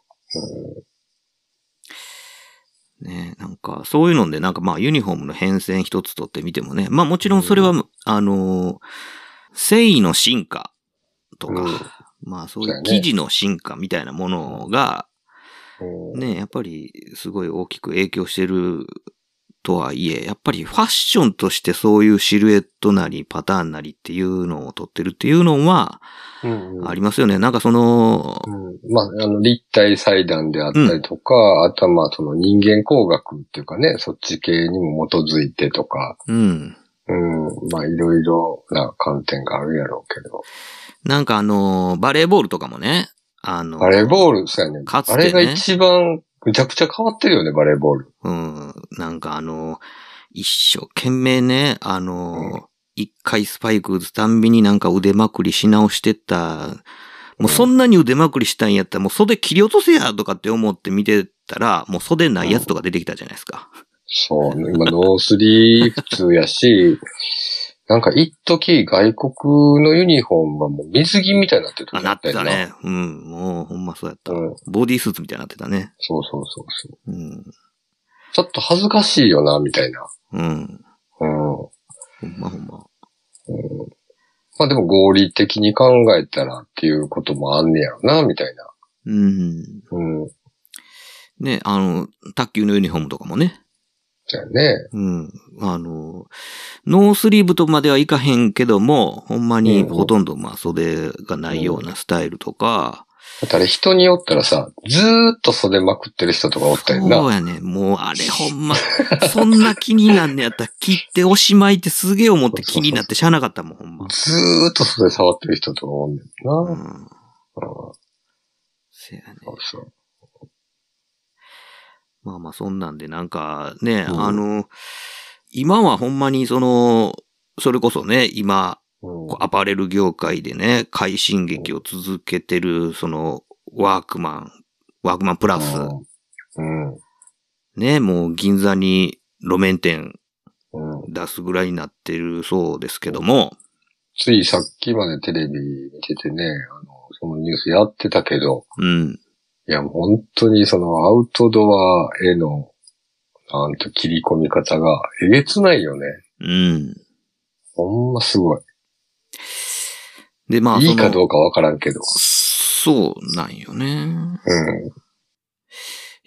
Speaker 4: うん。ねなんか、そういうので、なんかまあ、ユニフォームの変遷一つとってみてもね。まあ、もちろんそれは、あの、繊維の進化とか、
Speaker 5: うん
Speaker 4: まあ、そうい
Speaker 5: そうや
Speaker 4: う
Speaker 5: ね
Speaker 4: 生地の進化みたいなものが、
Speaker 5: うん。うん
Speaker 4: ね、やっぱりすごい大きく影響してるとはいえ、やっぱりファッションとしてそういうシルエットなりパターンなりっていうのを取ってるっていうのは
Speaker 5: うんうん
Speaker 4: ありますよね。なんかその
Speaker 5: う、んまあ、あの、立体裁断であったりとか、あとはまあ、その人間工学っていうかね、そっち系にも基づいてとか、
Speaker 4: うん。
Speaker 5: うん、まあ、いろいろな観点があるやろうけど。
Speaker 4: なんかあの、バレーボールとかもね、あの、
Speaker 5: バレーボール、そうやね。
Speaker 4: かつて
Speaker 5: あ
Speaker 4: ね
Speaker 5: れが一番、むちゃくちゃ変わってるよね、バレーボール。
Speaker 4: うん、なんかあの、一生懸命ね、あ
Speaker 5: うん
Speaker 4: の、一、回スパイク打つたんびになんか腕まくりし直してった。もうそんなに腕まくりしたんやったらもう袖切り落とせやとかって思って見てたら、もう袖ないやつとか出てきたじゃないですか。 (laughs)
Speaker 5: そう、今、ノースリー普通やし、なんか、一時外国のユニフォームはもう水着みたいになってる
Speaker 4: あ、
Speaker 5: 時
Speaker 4: な
Speaker 5: あ
Speaker 4: って
Speaker 5: よ
Speaker 4: た。ね。うん、もうほんまそうやった。
Speaker 5: うん、
Speaker 4: ボディースーツみたいになってたね。
Speaker 5: そうそうそうそう。
Speaker 4: うん。
Speaker 5: ちょっと恥ずかしいよな、みたいな。
Speaker 4: うん。
Speaker 5: うん。
Speaker 4: ほんまほんま。
Speaker 5: まあでも合理的に考えたらっていうこともあんねやろな、みたいな。
Speaker 4: うん。
Speaker 5: うん。
Speaker 4: ね、あの、卓球のユニフォームとかもね。
Speaker 5: じゃあね。
Speaker 4: うん。あの、ノースリーブとまではいかへんけども、ほんまに
Speaker 5: うん
Speaker 4: ほとんどまあ袖がないようなスタイルとか、
Speaker 5: だってあれ人によったらさ、ずーっと袖まくってる人とかおったよな。
Speaker 4: そうやね。もうあれほんま、そんな気になんねやったら切っておしまいってすげえ思って気になってしゃあなかったもん、ほんま。
Speaker 5: ずーっと袖触ってる人と思うんだよ
Speaker 4: う
Speaker 5: な。
Speaker 4: ん。
Speaker 5: うん
Speaker 4: せやね。
Speaker 5: そうそう。
Speaker 4: まあまあそんなんでなんかね、
Speaker 5: うん
Speaker 4: あの、今はほんまにその、それこそね、今、
Speaker 5: うん
Speaker 4: こうアパレル業界でね、快進撃を続けてる、その、ワークマン、ワークマンプラス、
Speaker 5: うん。うん。
Speaker 4: ね、もう銀座に路面店
Speaker 5: うん。
Speaker 4: 出すぐらいになってるそうですけども、
Speaker 5: ついさっきまでテレビ見ててね、あの、そのニュースやってたけど、
Speaker 4: うん、
Speaker 5: いや、もう本当にそのアウトドアへの、なんと切り込み方がえげつないよね。
Speaker 4: うん。
Speaker 5: ほんますごい。
Speaker 4: で、まあ、
Speaker 5: いいか
Speaker 4: その
Speaker 5: どうかわからんけど。
Speaker 4: そうなんよね。
Speaker 5: うん。
Speaker 4: い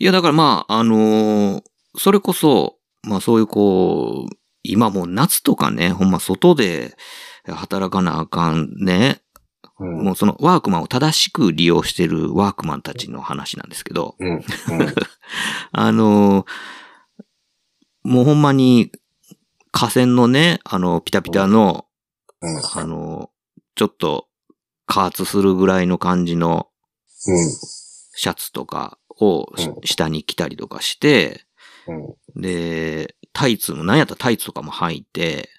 Speaker 4: や、だからまあ、あのーそれこそ、まあそういうこう、今もう夏とかね、ほんま外で働かなあかんね、
Speaker 5: うん。
Speaker 4: もうそのワークマンを正しく利用してるワークマンたちの話なんですけど、
Speaker 5: うん。うん。
Speaker 4: (laughs) あのーもうほんまに、河川のね、あの、ピタピタの、
Speaker 5: うん。うん
Speaker 4: あのーちょっと、加圧するぐらいの感じのシャツとかをし
Speaker 5: うん
Speaker 4: 下に着たりとかして、
Speaker 5: うん。
Speaker 4: で、タイツも、なんやったらタイツとかも履いて、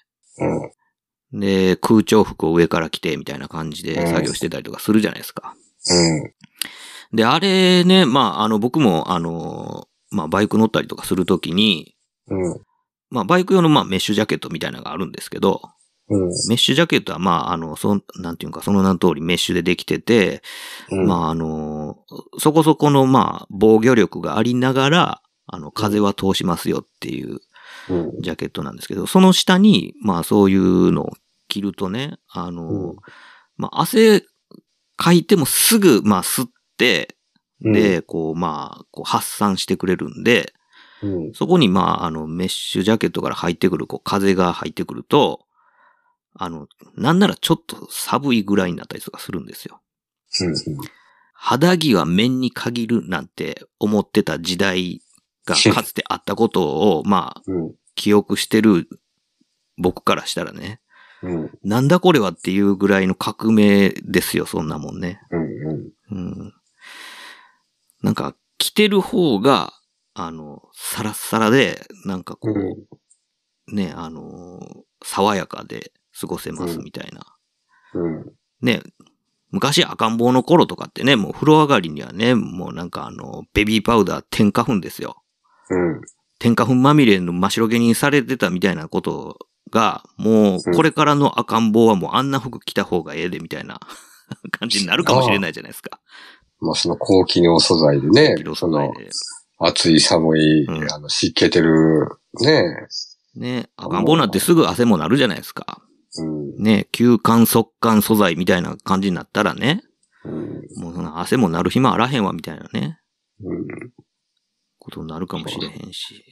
Speaker 5: うん。
Speaker 4: で、空調服を上から着て、みたいな感じで作業してたりとかするじゃないですか。
Speaker 5: うん。
Speaker 4: で、あれね、まあ、あの、僕も、あの、まあ、バイク乗ったりとかするときに、
Speaker 5: うん。
Speaker 4: まあ、バイク用の、まあ、メッシュジャケットみたいなのがあるんですけど、
Speaker 5: うん。
Speaker 4: メッシュジャケットは、まあ、あの、そん、なんていうか、その名の通りメッシュでできてて、
Speaker 5: うん。
Speaker 4: まあ、あの、そこそこの、まあ、防御力がありながら、あの、風は通しますよっていう
Speaker 5: うん。
Speaker 4: ジャケットなんですけど、その下に、まあ、そういうのを着るとね、あの、
Speaker 5: うん
Speaker 4: まあ、汗かいてもすぐ、まあ、吸って、で、こう、まあ、こう発散してくれるんで、
Speaker 5: うん、
Speaker 4: そこに、まあ、あの、メッシュジャケットから入ってくる、こう、風が入ってくると、あの、なんならちょっと寒いぐらいになったりとかするんですよ。
Speaker 5: うん
Speaker 4: 肌着は面に限るなんて思ってた時代
Speaker 5: (laughs)
Speaker 4: がかつてあったことを、まあ、
Speaker 5: うん
Speaker 4: 記憶してる僕からしたらね、
Speaker 5: うんうん
Speaker 4: なんだこれはっていうぐらいの革命ですよ、そんなもんね。
Speaker 5: うんうん
Speaker 4: うん。なんか、着てる方が、あの、サラッサラで、なんかこう、
Speaker 5: う
Speaker 4: ね、あのー爽やかで過ごせますみたいな。
Speaker 5: うん
Speaker 4: ね、昔赤ん坊の頃とかってね、もう風呂上がりにはね、もうなんかあの、ベビーパウダー添加粉ですよ。
Speaker 5: うん
Speaker 4: 添加粉まみれの真っ白毛にされてたみたいなことが、もうこれからの赤ん坊はもうあんな服着た方がええでみたいな (laughs) 感じになるかもしれないじゃないですか。
Speaker 5: まあその高機能素材でね
Speaker 4: 色、
Speaker 5: そ
Speaker 4: 素材
Speaker 5: の
Speaker 4: で
Speaker 5: 暑い寒い、
Speaker 4: うん
Speaker 5: あの湿気てる、ね、
Speaker 4: ね、赤ん坊なんてすぐ汗もなるじゃないですか。
Speaker 5: うん、
Speaker 4: ね、吸汗速乾素材みたいな感じになったらね、
Speaker 5: うん、
Speaker 4: もうその汗もなる暇あらへんわみたいなね、
Speaker 5: う
Speaker 4: ことになるかもしれへんし。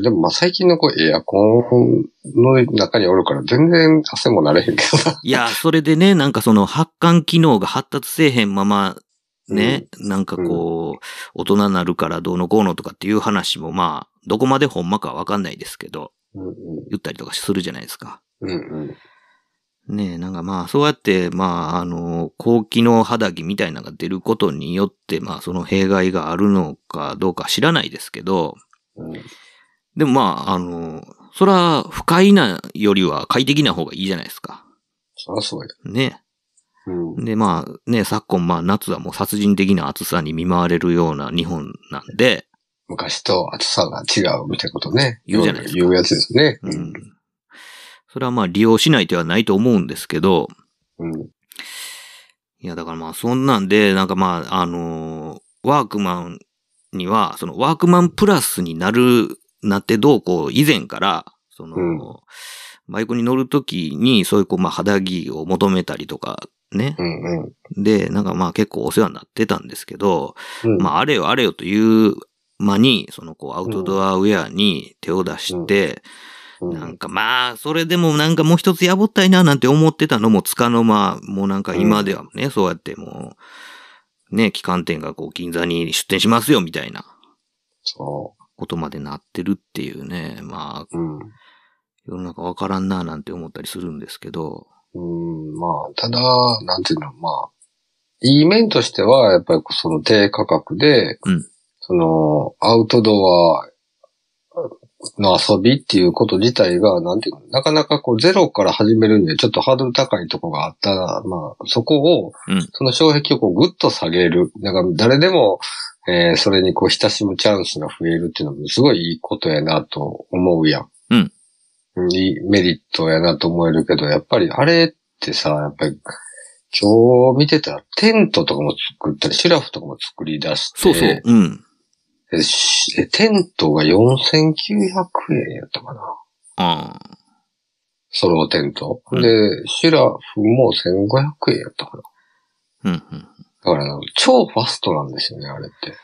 Speaker 5: ん。でもまあ最近のこうエアコンの中におるから全然汗もなれへんけどな。
Speaker 4: いや、それでね、なんかその発汗機能が発達せえへんまま、ね、なんかこう、大人になるからどうのこうのとかっていう話もまあ、どこまでほんまかわかんないですけど、
Speaker 5: うん
Speaker 4: 言ったりとかするじゃないですか。
Speaker 5: うんうんうん
Speaker 4: ねえ、なんかまあ、そうやって、まあ、あの、高機能肌着みたいなのが出ることによって、まあ、その弊害があるのかどうか知らないですけど、
Speaker 5: うん
Speaker 4: でもまあ、あの、そら、不快なよりは快適な方がいいじゃないですか。
Speaker 5: そりゃそうや。
Speaker 4: ね。
Speaker 5: うん
Speaker 4: で、まあ、ね、昨今、まあ、夏はもう殺人的な暑さに見舞われるような日本なんで、
Speaker 5: 昔と暑さが違うみたいなことね。
Speaker 4: 言うじゃないですか
Speaker 5: 言うやつですね。
Speaker 4: うん。それはまあ、利用しない手はないと思うんですけど、
Speaker 5: うん。
Speaker 4: いや、だからまあ、そんなんで、なんかまあ、あのーワークマンには、そのワークマンプラスになる、なってどうこう以前から、その、
Speaker 5: うん
Speaker 4: バイクに乗るときに、そういうこう、まあ、肌着を求めたりとか、ね
Speaker 5: う。んうん。
Speaker 4: で、なんかまあ結構お世話になってたんですけど、
Speaker 5: うん
Speaker 4: まああれよあれよという間に、そのこうアウトドアウェアに手を出して、
Speaker 5: うん
Speaker 4: なんかまあ、それでもなんかもう一つやぼったいななんて思ってたのもつかの間、もうなんか今ではね、そうやってもう、ね、機関店がこう銀座に出店しますよみたいな
Speaker 5: そ
Speaker 4: ことまでなってるっていうね、まあ、
Speaker 5: う。うん。
Speaker 4: 世の中わからんななんて思ったりするんですけど、
Speaker 5: うん、まあ、ただ、なんていうの、まあ、いい面としては、やっぱりその低価格で、
Speaker 4: うん
Speaker 5: その、アウトドアの遊びっていうこと自体が、なんていうの、なかなかこうゼロから始めるにはちょっとハードル高いとこがあったら、まあ、そこを、
Speaker 4: うん
Speaker 5: その障壁をこうぐっと下げる。だから誰でも、えーそれにこう親しむチャンスが増えるっていうのもすごいいいことやなと思うやん。
Speaker 4: うん
Speaker 5: うん。いいメリットやなと思えるけど、やっぱりあれってさ、やっぱり、今日見てたら、テントとかも作ったり、シュラフとかも作り出して、
Speaker 4: そうそう、うん。
Speaker 5: えしえテントが4900円やったかな。
Speaker 4: ああ、
Speaker 5: ソロテント。
Speaker 4: うん
Speaker 5: で、シュラフも1500円やったかな。
Speaker 4: うん、うん。
Speaker 5: だからなんか超ファストなんですよね、あれって。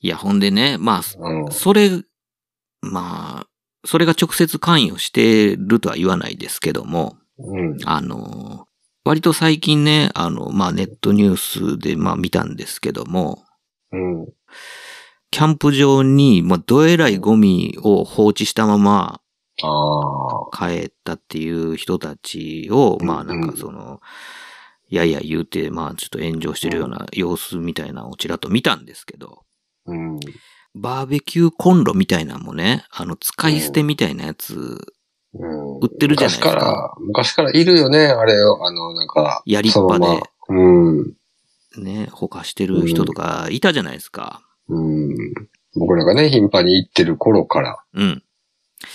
Speaker 4: いや、ほんでね、まあ、
Speaker 5: うん。
Speaker 4: それ、まあ、それが直接関与してるとは言わないですけども、
Speaker 5: うん。
Speaker 4: あの、割と最近ね、あの、まあネットニュースでまあ見たんですけども、
Speaker 5: うん。
Speaker 4: キャンプ場に、まあ、どえらいゴミを放置したまま
Speaker 5: ああ。
Speaker 4: 帰ったっていう人たちを、
Speaker 5: うん
Speaker 4: まあなんかその、いやいや言うて、まあちょっと炎上してるような様子みたいなのをちらっと見たんですけど、
Speaker 5: うん。
Speaker 4: バーベキューコンロみたいなのもね、あの使い捨てみたいなやつ
Speaker 5: うん
Speaker 4: 売ってるじゃないですか
Speaker 5: 昔から、昔からいるよね、あれを、あの、なんか、
Speaker 4: やりっぱで
Speaker 5: そのままうん。
Speaker 4: ね、ほかしてる人とかいたじゃないですか。
Speaker 5: うん。僕らがね、頻繁に行ってる頃から、
Speaker 4: うん。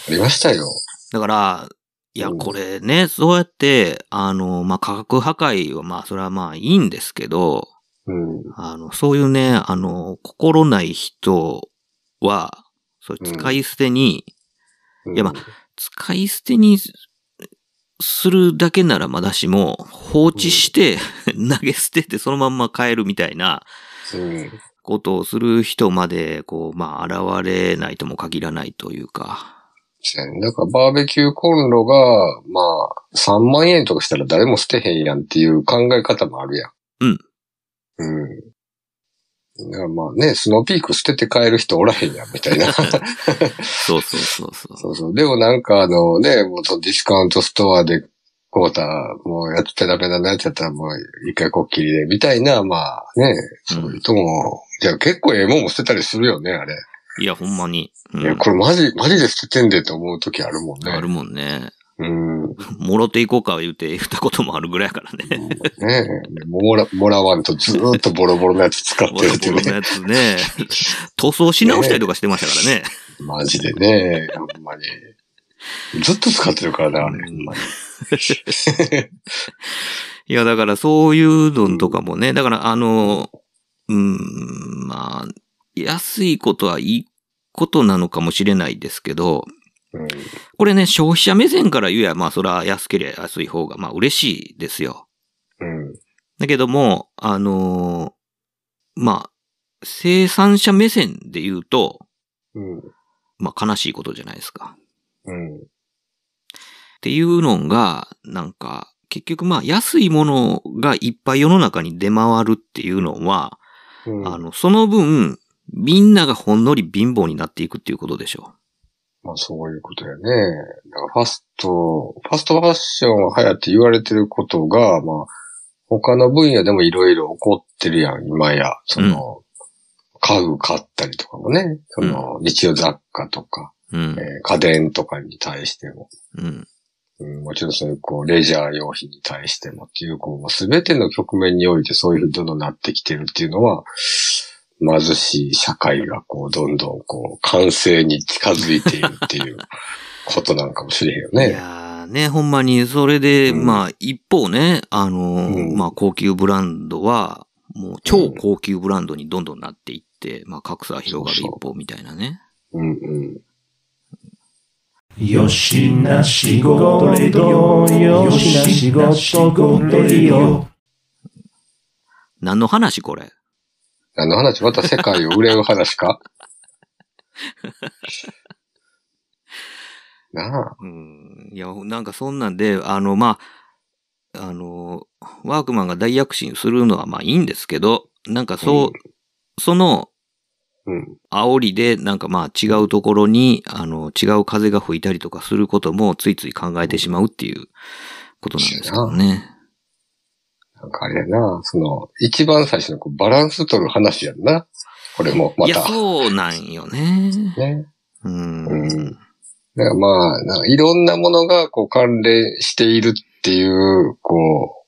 Speaker 5: ありましたよ。
Speaker 4: だから、いや、
Speaker 5: うん
Speaker 4: これね、そうやって、あの、まあ、価格破壊は、まあ、それはまあ、いいんですけど、
Speaker 5: うん。
Speaker 4: あの、そういうね、あの、心ない人は、そういう使い捨てに、いやまあ使い捨てにするだけならまだしも、放置して、 (laughs) 投げ捨ててそのまんま買えるみたいな
Speaker 5: うん。
Speaker 4: ことをする人まで、こう、まあ、現れないとも限らないというか、
Speaker 5: せんだからバーベキューコンロが、まあ、3万円とかしたら誰も捨てへんやんっていう考え方もあるやん。
Speaker 4: うん。
Speaker 5: うん。だからまあね、スノーピーク捨てて帰る人おらへんやん、み
Speaker 4: (laughs)
Speaker 5: たいな。
Speaker 4: そうそうそうそう。
Speaker 5: そうそう。でもなんかあのね、もうそのディスカウントストアでこうた、もうやつペラペラなやつやったらもう一回こっきりで、みたいな、まあね、そういうとも、じゃあ結構ええもんも捨てたりするよね、あれ。
Speaker 4: いや、ほんまに。うん
Speaker 5: いや、これマジ、マジで捨ててんでと思う時あるもんね。
Speaker 4: あるもんね。
Speaker 5: うん。
Speaker 4: もろていこうか言うて言ったこともあるぐらいや
Speaker 5: (laughs)
Speaker 4: からね。
Speaker 5: ねえ。もら、もらわんとずーっとボロボロのやつ使って
Speaker 4: ボ
Speaker 5: る
Speaker 4: ロ
Speaker 5: ってい
Speaker 4: ボ
Speaker 5: う
Speaker 4: ロの
Speaker 5: ね。
Speaker 4: やつね。 (laughs) 塗装し直したりとかしてましたからね。
Speaker 5: マジでね。ほんまに。ずっと使ってるからね、あれ。ほんまに
Speaker 4: いや、だからそういうのとかもね、だからあの、うん、まあ、安いことはいいことなのかもしれないですけど、
Speaker 5: うん。
Speaker 4: これね、消費者目線から言えば、まあそれは安ければ安い方が、まあ嬉しいですよ。
Speaker 5: (laughs) うん。
Speaker 4: だけども、あのーまあ、生産者目線で言うと、
Speaker 5: うん。
Speaker 4: まあ悲しいことじゃないですか。
Speaker 5: うん。
Speaker 4: っていうのが、なんか、結局まあ安いものがいっぱい世の中に出回るっていうのは、
Speaker 5: うん。
Speaker 4: あの、その分、みんながほんのり貧乏になっていくっていうことでしょ
Speaker 5: まあそういうことやね。だからファスト、ファストファッションは流行って言われてることが、まあ、他の分野でもいろいろ起こってるやん、今や。その、家具買ったりとかもね。その、日用雑貨とか、
Speaker 4: う。うん
Speaker 5: えー。家電とかに対しても、
Speaker 4: うん。
Speaker 5: うん、もちろんそういう、こう、レジャー用品に対してもっていう、こう、もう全ての局面においてそういうふうにどんどんなってきてるっていうのは、貧しい社会が、こう、どんどん、こう、完成に近づいているっていうことなんかもしれへんよ
Speaker 4: い
Speaker 5: ね。
Speaker 4: やーね、ほんまに、それで、
Speaker 5: うん
Speaker 4: まあ、一方ね、あのー
Speaker 5: うん
Speaker 4: まあ、高級ブランドは、もう超高級ブランドにどんどんなっていって、まあ、格差は広がる一方みたいなね。
Speaker 5: うんうん。
Speaker 6: よしなしごとれどよしなしごとれよ
Speaker 4: 何の話これ
Speaker 5: あの話、また世界を憂う
Speaker 4: (laughs)
Speaker 5: 話かなあ。
Speaker 4: うん。いや、なんかそんなんで、あの、まあ、あの、ワークマンが大躍進するのはまあいいんですけど、なんかそう、
Speaker 5: うん
Speaker 4: その
Speaker 5: うん。
Speaker 4: 煽りで、なんかまあ違うところに、あの、違う風が吹いたりとかすることもついつい考えてしまうっていうことなんですけどね。
Speaker 5: なんかあれやな。その、一番最初のこうバランス取る話やんな。これも、ま
Speaker 4: いや、
Speaker 5: た。
Speaker 4: そうなんよね。
Speaker 5: ね。
Speaker 4: うん。
Speaker 5: うんだからまあ、なんかいろんなものがこう関連しているっていう、こ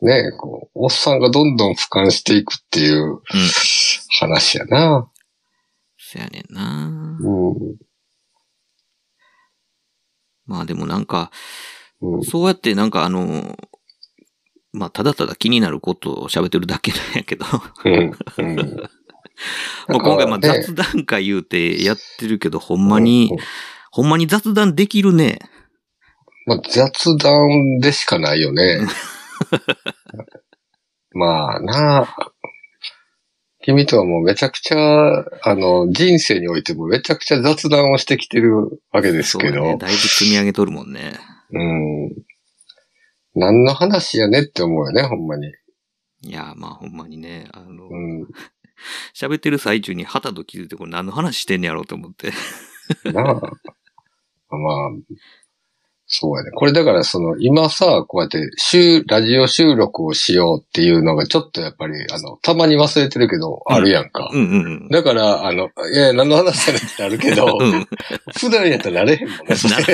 Speaker 5: う、ねえ、こう、おっさんがどんどん俯瞰していくっていう話やな。
Speaker 4: そやねんな。
Speaker 5: うん。
Speaker 4: まあでもなんか、
Speaker 5: うん。
Speaker 4: (laughs) そうやってなんかあの、まあただただ気になることを喋ってるだけなんやけ
Speaker 5: (laughs)
Speaker 4: ど。
Speaker 5: うん。うん。
Speaker 4: もう今回まあ
Speaker 5: なんかね
Speaker 4: 雑談会言うてやってるけど、ほんまに
Speaker 5: うん、
Speaker 4: ほんまに雑談できるね。
Speaker 5: まあ、雑談でしかない
Speaker 4: (laughs)
Speaker 5: よね。まあなあ。君とはもうめちゃくちゃ、あの、人生においてもめちゃくちゃ雑談をしてきてるわけです
Speaker 4: そう
Speaker 5: け
Speaker 4: や
Speaker 5: ど。
Speaker 4: ね。だいぶ積み上げとるもんね。
Speaker 5: うん。何の話やねって思うよね、ほんまに。
Speaker 4: いや、まあほんまにね、あの
Speaker 5: う、ん。
Speaker 4: 喋ってる最中に旗と気づいてこれ何の話してんねやろうと思って。 (laughs)
Speaker 5: なあ。まあ、そうやね。これだからその、今さ、こうやって、収ラジオ収録をしようっていうのがちょっとやっぱり、あの、たまに忘れてるけど、あるやんか。
Speaker 4: うん
Speaker 5: (laughs)
Speaker 4: うん
Speaker 5: だから、あの、いや、何の話やねんってなるけど
Speaker 4: う、ん。うん。
Speaker 5: 普段やったらなれへんもんね。それ
Speaker 4: なら、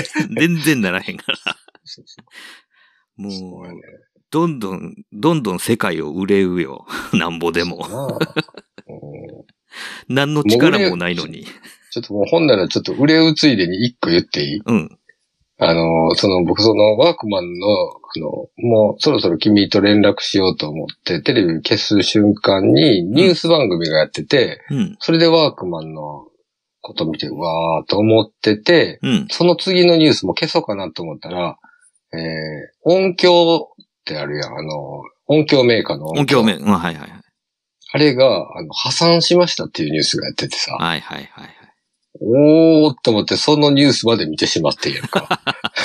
Speaker 4: 全然ならへんから。
Speaker 5: そうそ
Speaker 4: も
Speaker 5: うやね
Speaker 4: う、どんどん、どんどん世界を売れうよ。 (laughs) なんぼでも。
Speaker 5: なあうん
Speaker 4: 何の力もないのに。
Speaker 5: ちょっともう本ならちょっと売れうついでに一個言っていい
Speaker 4: うん。
Speaker 5: あの、その、僕そのワークマンの、あの、もうそろそろ君と連絡しようと思って、テレビ消す瞬間にニュース番組がやってて、
Speaker 4: うん。
Speaker 5: それでワークマンのこと見て、うわーと思ってて、
Speaker 4: うん。
Speaker 5: その次のニュースも消そうかなと思ったら、えー、音響ってあるやん、あの、音響メーカーの
Speaker 4: 音響面。うん、はいはいはい。
Speaker 5: あれが、あの、破産しましたっていうニュースがやっててさ、
Speaker 4: はいはいはいはい。
Speaker 5: おーって思って、そのニュースまで見てしまっているか。 (laughs)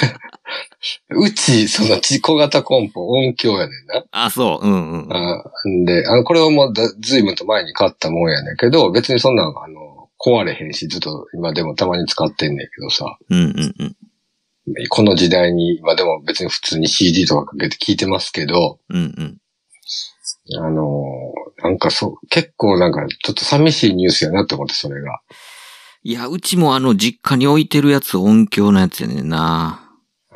Speaker 5: うち、そのち小型コンポ、音響やねんな。
Speaker 4: あ、そう、うんうん。
Speaker 5: あんで、あの、これはもうだずいぶんと前に買ったもんやねんけど、別にそんなん、あの、壊れへんし、ずっと今でもたまに使ってんねんけどさ、
Speaker 4: うんうんうん。
Speaker 5: この時代に今でも別に普通に CD とかかけて聞いてますけど、
Speaker 4: うんうん。
Speaker 5: あのーなんかそう、結構なんかちょっと寂しいニュースやなって思って、それが。
Speaker 4: いや、うちもあの、実家に置いてるやつ、音響のやつやねんな。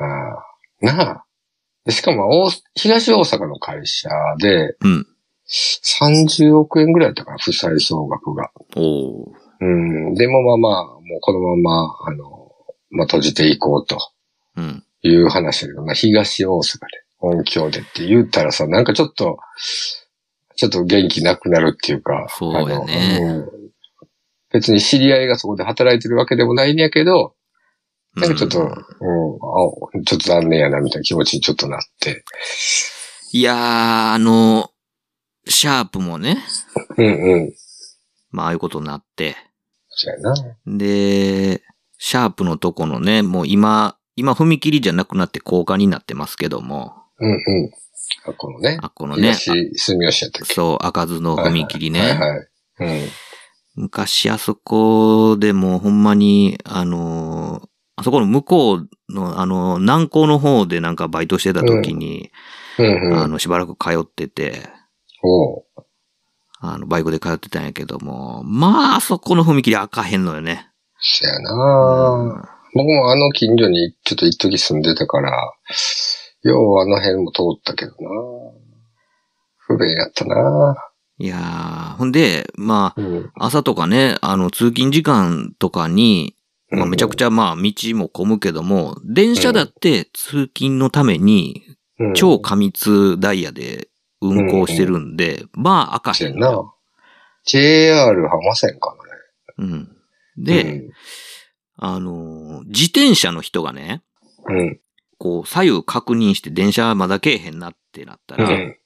Speaker 5: ああなあ。でしかも、大東大阪の会社で、
Speaker 4: うん。
Speaker 5: 30億円ぐらいだったかな、負債総額が。
Speaker 4: おー
Speaker 5: うん。でもまあまあ、もうこのまま、あの、まあ閉じていこうと
Speaker 4: うん。
Speaker 5: いう話だけど、まあ東大阪で、音響でって言ったらさ、なんかちょっと、ちょっと元気なくなるっていうか、
Speaker 4: そうやね
Speaker 5: あのうん別に知り合いがそこで働いてるわけでもないんやけど、なんかちょっと、うん、
Speaker 4: う
Speaker 5: あ
Speaker 4: ん
Speaker 5: ちょっと残念やなみたいな気持ちにちょっとなって。
Speaker 4: いやー、あの、シャープもね、
Speaker 5: うんうん。
Speaker 4: まあ、ああいうことになって、
Speaker 5: そうやな。
Speaker 4: で、シャープのとこのね、もう今、今踏切じゃなくなって交換になってますけども、
Speaker 5: うんうん。あ、このね。
Speaker 4: あ、このね、
Speaker 5: 東住吉やった
Speaker 4: あ
Speaker 5: っけ
Speaker 4: そう、開かずの踏切ね。
Speaker 5: はいはい。うん。
Speaker 4: 昔あそこでもほんまに、あのーあそこの向こうの、あのー南港の方でなんかバイトしてた時に、
Speaker 5: うんう
Speaker 4: あ
Speaker 5: ん。
Speaker 4: の、しばらく通ってて、
Speaker 5: おう
Speaker 4: あの、バイクで通ってたんやけども、まあ、あそこの踏切開かへんのよね。
Speaker 5: そやな僕もあの近所にちょっと一時住んでたから、ようあの辺も通ったけどな不便やったない
Speaker 4: やー、ほんで、ま
Speaker 5: うんうん
Speaker 4: あ、朝とかね、あの、通勤時間とかに、まあ、めちゃくちゃまあ、道も混むけども、電車だって通勤のために、
Speaker 5: うん。
Speaker 4: 超過密ダイヤで運行してるんで、まあ、開か
Speaker 5: そ
Speaker 4: へ
Speaker 5: や
Speaker 4: んのよ。
Speaker 5: な JR 浜線か
Speaker 4: うん。
Speaker 5: な
Speaker 4: で、、あのー、自転車の人がね、
Speaker 5: うん。うん。
Speaker 4: こう、左右確認して電車まだけえへんなってなった
Speaker 5: う
Speaker 4: ら、
Speaker 5: ん。うん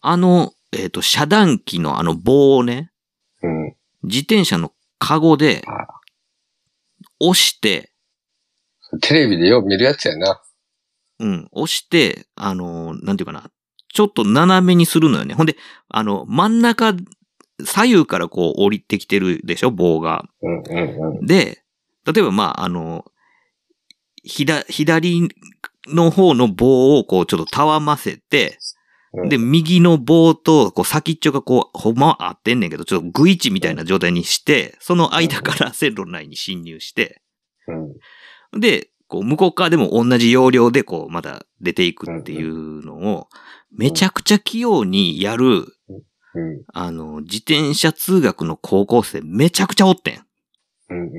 Speaker 4: あの、えっ、と、遮断機のあの棒をね、
Speaker 5: うん。
Speaker 4: 自転車のカゴで
Speaker 5: あ、
Speaker 4: 押して、
Speaker 5: テレビでよう見るやつやな。
Speaker 4: うん、押して、あのー、なんていうかな、ちょっと斜めにするのよね。ほんで、あの、真ん中、左右からこう降りてきてるでしょ、棒が。
Speaker 5: うんうんうん。
Speaker 4: で、例えばまあ、あの、ひだ、左の方の棒をこうちょっとたわませて、
Speaker 5: うん
Speaker 4: で、右の棒と、こう、先っちょがこう、ほんまは合ってんねんけど、ちょっとグイチみたいな状態にして、その間から線路内に侵入して、
Speaker 5: うん。
Speaker 4: で、こう、向こう側でも同じ要領で、こう、また出ていくっていうのを、めちゃくちゃ器用にやる、
Speaker 5: うん。
Speaker 4: あの、自転車通学の高校生、めちゃくちゃおってん。
Speaker 5: うん。うん。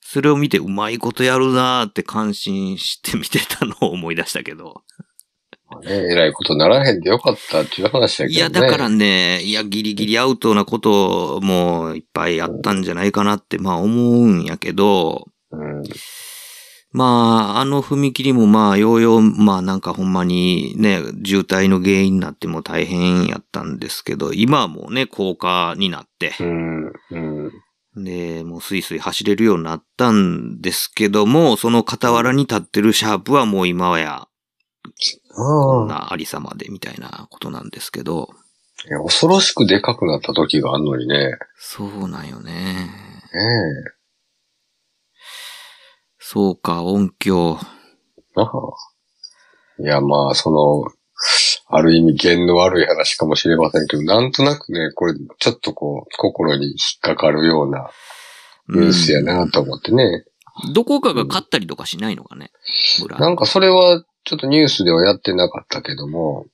Speaker 4: それを見てうまいことやるなーって感心して見てたのを思い出したけど。
Speaker 5: まあね、えらいことならへんでよかったっていう話やけどね。
Speaker 4: いや、だからね、いや、ギリギリアウトなこともいっぱいあったんじゃないかなって、まあ思うんやけど、
Speaker 5: うん。
Speaker 4: まあ、あの踏切もまあ、ようよう、まあなんかほんまにね、渋滞の原因になっても大変やったんですけど、今はもうね、高架になって、
Speaker 5: うん。うん。
Speaker 4: で、もうスイスイ走れるようになったんですけども、その傍らに立ってるシャープはもう今はや、こん
Speaker 5: ああ。
Speaker 4: なありさまでみたいなことなんですけど、
Speaker 5: いや恐ろしくでかくなった時があるのにね。ね
Speaker 4: そうなんよね。
Speaker 5: え。
Speaker 4: そうか、音響。
Speaker 5: なあ。いや、まあ、その、ある意味、弦の悪い話かもしれませんけど、なんとなくね、これ、ちょっとこう、心に引っかかるようなニュースやなと思ってね。
Speaker 4: どこかが勝ったりとかしないのかね、村。
Speaker 5: なんか、それは、ちょっとニュースではやってなかったけども、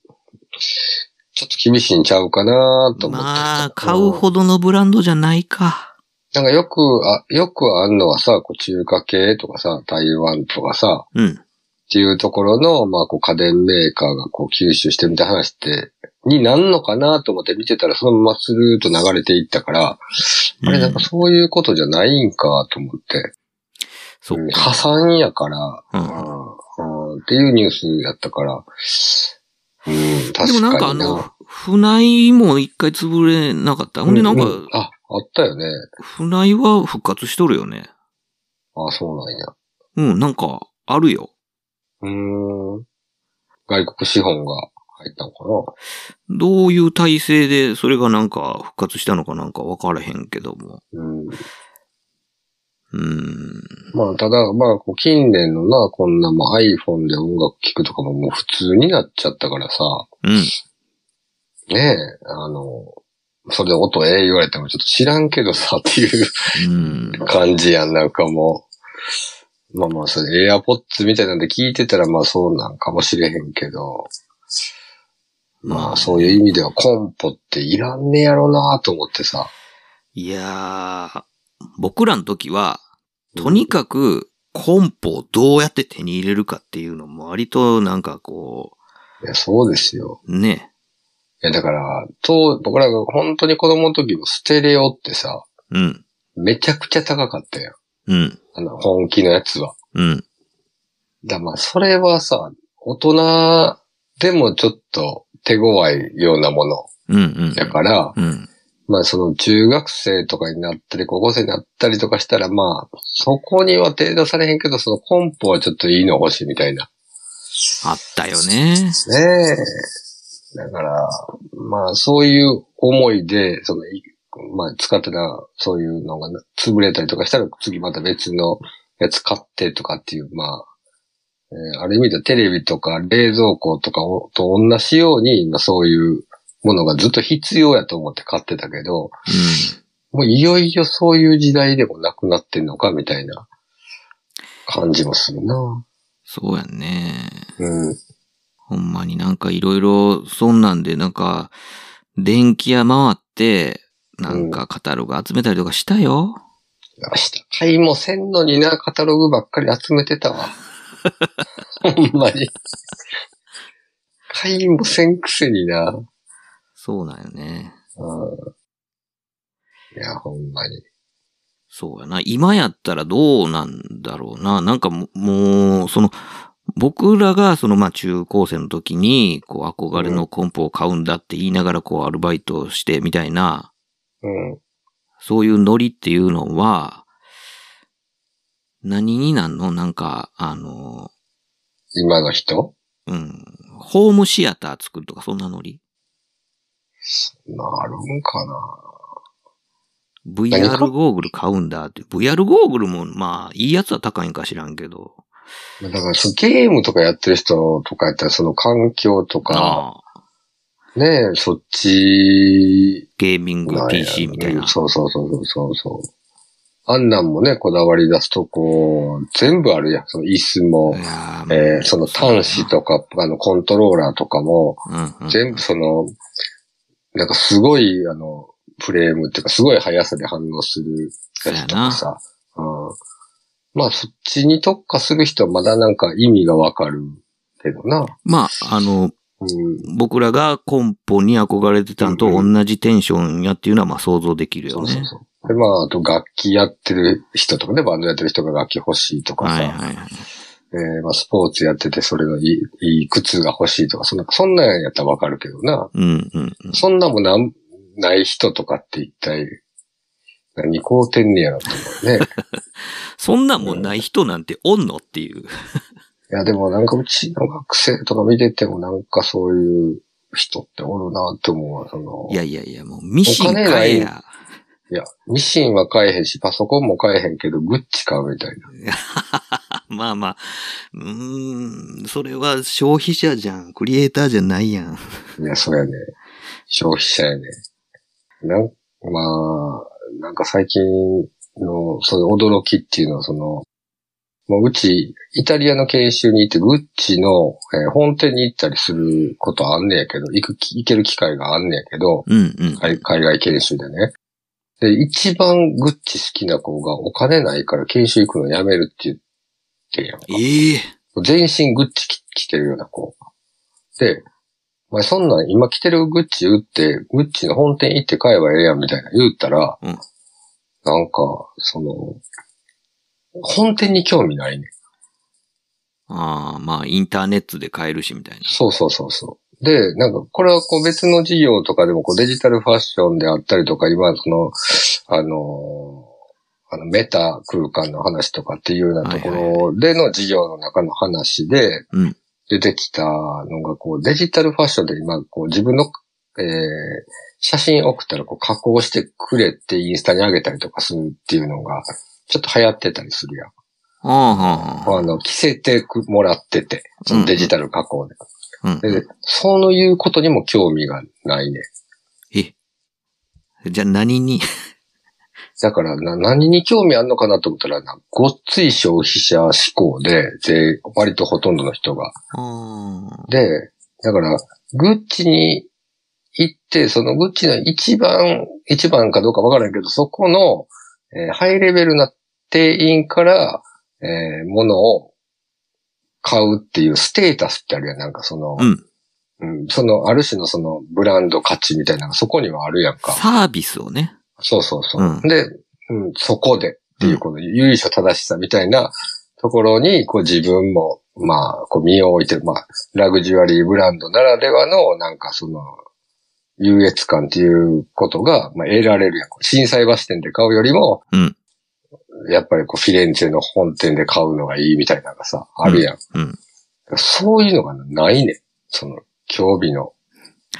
Speaker 5: ちょっと厳しいんちゃうかなと思って。
Speaker 4: まあ、買うほどのブランドじゃないか。
Speaker 5: なんかよく、あ、よくあんのはさ、こう中華系とかさ、台湾とかさ、
Speaker 4: うん。
Speaker 5: っていうところの、まあ、こう家電メーカーがこう吸収してみたいな話って、になんのかなと思って見てたら、そのままスルーと流れていったから、あれなんかそういうことじゃないんかと思って、
Speaker 4: そ
Speaker 5: うん
Speaker 4: っ
Speaker 5: 破
Speaker 4: か。
Speaker 5: 産やから、
Speaker 4: うん
Speaker 5: うんうんっていうニュースやったから、うん、確か
Speaker 4: でも
Speaker 5: にな。
Speaker 4: なんかあの、船井も一回潰れなかった。ほんでなんか、
Speaker 5: うあ、あったよね。
Speaker 4: 船井は復活しとるよね。
Speaker 5: ああ、そうなんや。
Speaker 4: うん、なんか、あるよ。
Speaker 5: うーん。外国資本が入ったのかな
Speaker 4: どういう体制で、それがなんか復活したのかなんかわからへんけども。
Speaker 5: うん。
Speaker 4: うーん。
Speaker 5: まあ、ただ、まあ、こう近年のな、こんな、まあ、iPhone で音楽聴くとかももう普通になっちゃったからさ、
Speaker 4: うん。
Speaker 5: ねえ、あの、それで音ええ言われてもちょっと知らんけどさ、っていう (laughs)
Speaker 4: うん。
Speaker 5: 感じやん、なんかもう。まあまあ、それ、AirPods みたいなんで聞いてたら、まあそうなんかもしれへんけど、まあそういう意味ではコンポっていらんねやろなと思ってさ。
Speaker 4: いやー、僕らの時は、とにかく、コンポをどうやって手に入れるかっていうのも割となんかこ
Speaker 5: いや、そうですよ。
Speaker 4: う、ね。
Speaker 5: いや、だから、と、僕らが本当に子供の時のステレオってさ、
Speaker 4: うん。
Speaker 5: めちゃくちゃ高かったやん。
Speaker 4: うん。
Speaker 5: あの、本気のやつは。
Speaker 4: うん。
Speaker 5: だ、まあ、それはさ、大人でもちょっと手強いようなもの
Speaker 4: うん。うん。
Speaker 5: だから、
Speaker 4: うん。
Speaker 5: まあ、その中学生とかになったり、高校生になったりとかしたら、まあ、そこには手出されへんけど、そのコンポはちょっといいの欲しいみたいな。
Speaker 4: あったよね。
Speaker 5: ねえ。だから、まあ、そういう思いで、その、いまあ、使ってた、そういうのがな潰れたりとかしたら、次また別のやつ買ってとかっていう、まあ、えーある意味ではテレビとか冷蔵庫とかをと同じように、今そういうものがずっと必要やと思って買ってたけど、もういよいよそういう時代でもなくなってんのか、みたいな感じもするな。
Speaker 4: そうやんね。
Speaker 5: うん。
Speaker 4: ほんまになんかいろいろ、そんなんで、なんか、電気屋回って、なんかカタログ集めたりとかしたよ。
Speaker 5: 明日買いもせんのにな、カタログばっかり集めて
Speaker 4: (laughs)
Speaker 5: たわ。ほんまに。買いもせんくせにな。
Speaker 4: そうなんよね。
Speaker 5: うんいや、ほんまに。
Speaker 4: そうやな。今やったらどうなんだろうな。なんかももう、その、僕らがそのまあ中高生の時に、こう憧れのコンポを買うんだって言いながらこうアルバイトをしてみたいな、
Speaker 5: うん。
Speaker 4: そういうノリっていうのは、何になんのなんか、あの、
Speaker 5: 今の人
Speaker 4: うん、ホームシアター作るとかそんなノリ
Speaker 5: なるんかな。
Speaker 4: ?VR ゴーグル買うんだって。VR ゴーグルもまあ、いいやつは高いんか知らんけど。
Speaker 5: だからそのゲームとかやってる人とかやったら、その環境とか、
Speaker 4: ああ
Speaker 5: ねえ、そっち
Speaker 4: ゲーミング
Speaker 5: なんや
Speaker 4: PC みたいな
Speaker 5: うん。そうそうそうそうそう。あんなんもね、こだわり出すとこう、全部あるやん。その椅子も
Speaker 4: い、やー
Speaker 5: えーその端子。とか、あの、コントローラーとかも、
Speaker 4: うんうん
Speaker 5: 全部その、なんかすごい、あの、フレームっていうか、すごい速さで反応するやつとかさ、うん。まあ、そっちに特化する人はまだなんか意味がわかるけどな。
Speaker 4: まあ、あの、
Speaker 5: うん。
Speaker 4: 僕らがコンポに憧れてたのと同じテンションやっていうのはまあ想像できる
Speaker 5: そ
Speaker 4: よ
Speaker 5: うそ
Speaker 4: ね
Speaker 5: う。そう。で、まあ、あと楽器やってる人とかね、バンドやってる人が楽器欲しいとかさ、
Speaker 4: はいはいはい。
Speaker 5: えーまあ、スポーツやってて、それのいい、いい靴が欲しいとか、そんな、そんなんやったらわかるけどな。
Speaker 4: うんうんうん。
Speaker 5: そんなもんなん、ない人とかって一体、何買うてんねやろ
Speaker 4: (laughs)
Speaker 5: と思うね。
Speaker 4: そんなもんない人なんておんのっていう。
Speaker 5: いや、でもなんかうちの学生とか見ててもなんかそういう人っておるなって思うわ、その。
Speaker 4: いやいやいや、もうミシン買えや。
Speaker 5: いや、ミシンは買えへんし、パソコンも買えへんけど、グッチ買うみたいな。
Speaker 4: まあまあ。うーん、それは消費者じゃん。クリエイターじゃないやん。
Speaker 5: いや、そうやね。消費者やね。なん、まあ、なんか最近の、その驚きっていうのは、その、もううち、イタリアの研修に行って、グッチの、えー本店に行ったりすることあんねやけど、行く、行ける機会があんねやけど、
Speaker 4: うんうん。
Speaker 5: 海海外研修でね。で、一番グッチ好きな子がお金ないから研修行くのやめるって言ってんやんか。
Speaker 4: ええ
Speaker 5: 全身グッチ着着てるような子。で、お前そんなん今着てるグッチ売って、グッチの本店行って買えばええやんみたいな言うたら、
Speaker 4: うん
Speaker 5: なんか、その、本店に興味ないね。
Speaker 4: ああ、まあインターネットで買えるしみたいな。
Speaker 5: そうそうそうそう。で、なんか、これはこう別の事業とかでもこうデジタルファッションであったりとか、今その、あのー、あのメタ空間の話とかっていうようなところでの事業の中の話で
Speaker 4: うん、
Speaker 5: 出てきたのが、こうデジタルファッションで今、こう自分の、えー写真送ったらこう加工してくれってインスタに上げたりとかするっていうのが、ちょっと流行ってたりするやん。
Speaker 4: ああ、はあ、
Speaker 5: あの、着せてくもらってて、そのデジタル加工で。
Speaker 4: うん。
Speaker 5: で、そういうことにも興味がないね。
Speaker 4: え。じゃあ何に
Speaker 5: だからな、何に興味あんのかなと思ったらな、ごっつい消費者志向で、ぜ割とほとんどの人が。
Speaker 4: ああ。
Speaker 5: で、だから、グッチに行って、そのグッチの一番、一番かどうかわからないけど、そこの、えーハイレベルな店員から、えー物を買うっていうステータスってあるやん。なんかその、
Speaker 4: うん。
Speaker 5: うんその、ある種のその、ブランド価値みたいなのがそこにはあるやんか。
Speaker 4: サービスをね。
Speaker 5: そうそうそう。
Speaker 4: うん
Speaker 5: で、うん、そこでっていう、この由緒正しさみたいなところに、こう自分も、まあ、こう身を置いてる、まあ、ラグジュアリーブランドならではの、なんかその、優越感っていうことが、まあ、得られるやん。震災橋店で買うよりも、
Speaker 4: うん
Speaker 5: やっぱりこう、フィレンツェの本店で買うのがいいみたいなのがさ、あるやん。
Speaker 4: うん。
Speaker 5: そういうのがないね。その、興味の、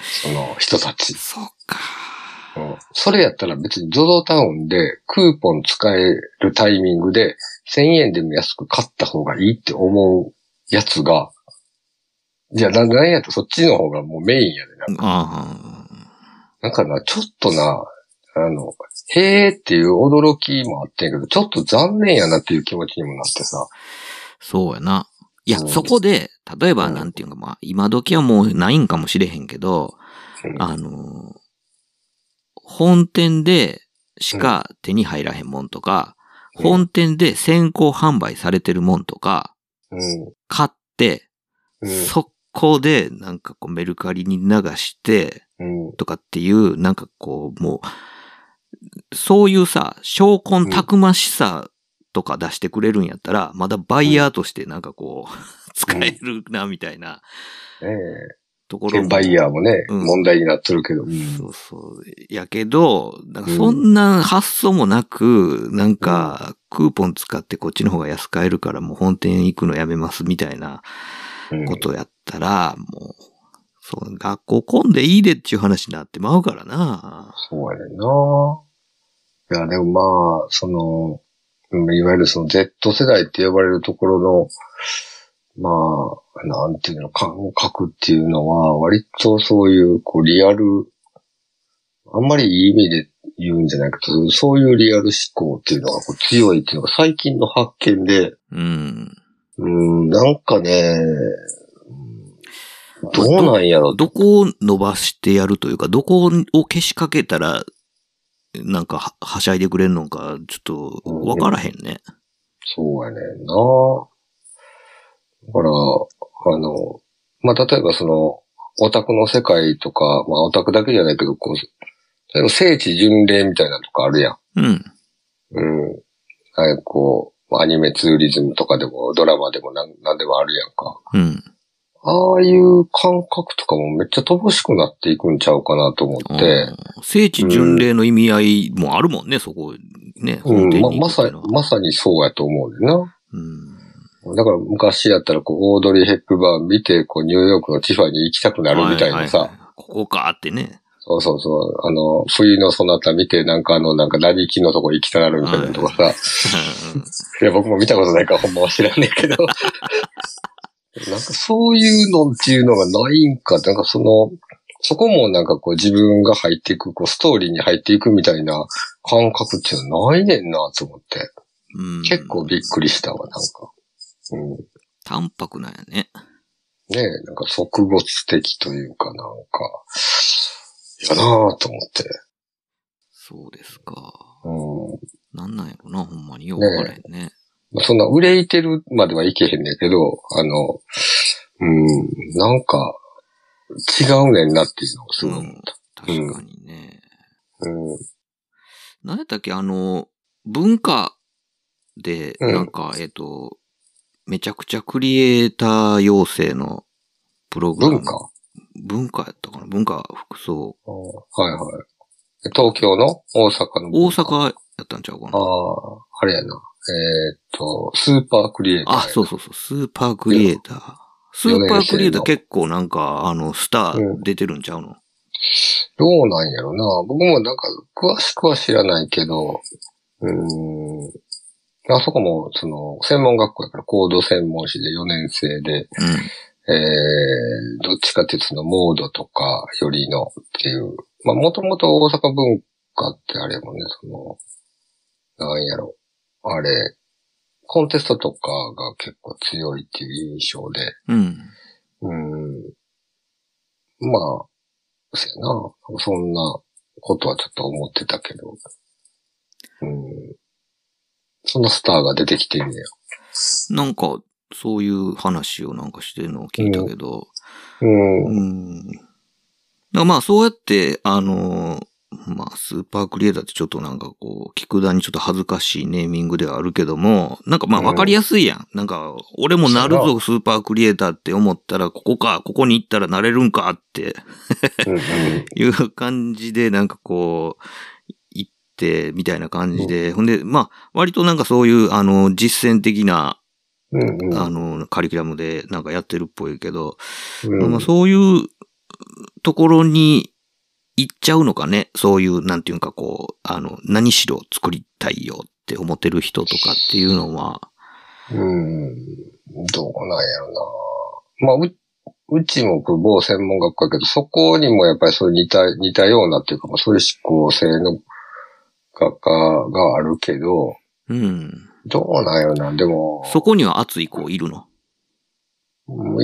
Speaker 5: その人たち。
Speaker 4: そっか。
Speaker 5: うんそれやったら別に ZOZO タウンでクーポン使えるタイミングで1000円でも安く買った方がいいって思うやつが、じゃあな、なんやとそっちの方がもうメインやでな。
Speaker 4: ああ。
Speaker 5: なんかな、ちょっとな、あの、へーっていう驚きもあってんけど、ちょっと残念やなっていう気持ちにもなってさ。
Speaker 4: そうやな。いや、
Speaker 5: うん
Speaker 4: そこで、例えば、
Speaker 5: うん
Speaker 4: なんていうか、まあ、今時はもうないんかもしれへんけど、
Speaker 5: うん
Speaker 4: あのー本店でしか手に入らへんもんとか、
Speaker 5: うん
Speaker 4: 本店で先行販売されてるもんとか、
Speaker 5: うん。
Speaker 4: 買って、
Speaker 5: うん。
Speaker 4: 速攻で、なんかこう、メルカリに流して、
Speaker 5: うん。
Speaker 4: とかっていう、なんかこう、もう、そういうさ、証拠たくましさとか出してくれるんやったら、まだバイヤーとしてなんかこう、使えるな、みたいな
Speaker 5: え
Speaker 4: とこ
Speaker 5: え
Speaker 4: ろも。
Speaker 5: バイヤーもね、
Speaker 4: うん
Speaker 5: 問題になってるけど。うん
Speaker 4: そうそう。やけど、なんかそんな発想もなく、なんか、クーポン使ってこっちの方が安く買えるから、もう本店行くのやめます、みたいな
Speaker 5: うん
Speaker 4: ことやったら、もう、そう、学校混んでいいでっていう話になってまうからな。
Speaker 5: そうやねんな。いや、でもまあ、その、うんいわゆるその Z 世代って呼ばれるところの、まあ、なんていうの、感覚っていうのは、割とそういう、こう、リアル、あんまりいい意味で言うんじゃなくて、そういうリアル思考っていうのがこう強いっていうのが最近の発見で、
Speaker 4: うん。
Speaker 5: うん、なんかね、うんどうなんやろ
Speaker 4: どこを伸ばしてやるというか、どこをけしかけたら、なんかは、はしゃいでくれるのか、ちょっと、わからへんね。
Speaker 5: そうやねんな。だから、あの、まあ、例えばその、オタクの世界とか、まあ、オタクだけじゃないけど、こう、例えば聖地巡礼みたいなのとかあるやん。
Speaker 4: うん。
Speaker 5: うん。はい、こう、アニメツーリズムとかでも、ドラマでもなん、なんでもあるやんか。
Speaker 4: うん。
Speaker 5: ああいう感覚とかもめっちゃ乏しくなっていくんちゃうかなと思って、
Speaker 4: うん聖地巡礼の意味合いもあるもんね、そこ、ね。
Speaker 5: うん、ま、
Speaker 4: 行く
Speaker 5: ま
Speaker 4: って
Speaker 5: さ
Speaker 4: い
Speaker 5: に
Speaker 4: うの、は
Speaker 5: まさにそうやと思うねんな。
Speaker 4: うん。
Speaker 5: だから昔やったら、こう、オードリー・ヘップバーン見て、こう、ニューヨークのティファに行きたくなるみたいな
Speaker 4: は
Speaker 5: さ
Speaker 4: は、はここかってね。 (laughs)
Speaker 5: そうそうそう、あの、冬のそなた見て、なんかあの、なんか並木のとこ行きたなるみたいなとかさ、いや、僕も見たことないから、ほんまは知らんねんけど、なんかそういうのっていうのがないんか、なんかその、そこもなんかこう自分が入っていく、こうストーリーに入っていくみたいな感覚っていうのはないねんなと思って。
Speaker 4: うん、
Speaker 5: 結構びっくりしたわ、なんか。うん。
Speaker 4: 淡白なんやね。
Speaker 5: ねえ、なんか即没的というかなんか、やなぁと思って。
Speaker 4: そうですか。
Speaker 5: う
Speaker 4: なんなんやろな、ほんまに。よくわからへんね。
Speaker 5: ん。まあそんな憂いてるまではいけへんねんけど、あの、うん、なんか、違うねんなっていうのをす
Speaker 4: う
Speaker 5: ごい思っ
Speaker 4: ん。確かにね。
Speaker 5: た。うん。
Speaker 4: 何やったっけあの、文化で、
Speaker 5: うん
Speaker 4: なんか、えっ、と、めちゃくちゃクリエイター養成のプログラム。
Speaker 5: 文化
Speaker 4: 文化やったかな文化服装。
Speaker 5: はいはい。東京の大阪の。
Speaker 4: 大阪やったんちゃうかな
Speaker 5: ああ、あれやな。えーっと、スーパークリエイター。
Speaker 4: あ、そうそうそう、スーパークリエイター。スーパークリエイター結構なんか、あの、スター出てるんちゃうの
Speaker 5: どうなんやろな。僕もなんか、詳しくは知らないけど、うーん。あそこも、その、専門学校やから、コード専門誌で4年生で、えー、どっちかっていうとそのモードとかよりのっていう。まあ、もともと大阪文化ってあれもね、その、なんやろ。あれ、コンテストとかが結構強いっていう印象で、
Speaker 4: うん。うん。
Speaker 5: うん。まあ、そやな。そんなことはちょっと思ってたけど。うん。そんなスターが出てきてんねや。
Speaker 4: なんか、そういう話をなんかしてるのを聞いたけど、
Speaker 5: うん。
Speaker 4: うーん。だからまあそうやって、あのー、まあスーパークリエイターってちょっとなんかこう、聞くだにちょっと恥ずかしいネーミングではあるけども、なんかまあ
Speaker 5: うん
Speaker 4: わかりやすいやん。なんか、俺もなるぞスーパークリエイターって思ったら、ここか、ここに行ったらなれるんかって
Speaker 5: うんうん
Speaker 4: いう感じで、なんかこう、行って、みたいな感じで。ほんで、まあ、割となんかそういう、あの、実践的な、
Speaker 5: うんうん
Speaker 4: あの、カリキュラムでなんかやってるっぽいけど、
Speaker 5: うん
Speaker 4: まあ、そういうところに行っちゃうのかね。そういう、なんていうんかこう、あの、何しろ作りたいよって思ってる人とかっていうのは、
Speaker 5: うん。どうなんやろな。まあ、う、うちも僕某専門学校やけど、そこにもやっぱりそういう似た、似たようなっていうか、まあ、そういう思考性の学科があるけど、
Speaker 4: うん。
Speaker 5: どうなんやろな。でも、
Speaker 4: そこには熱い子いるの。
Speaker 5: うん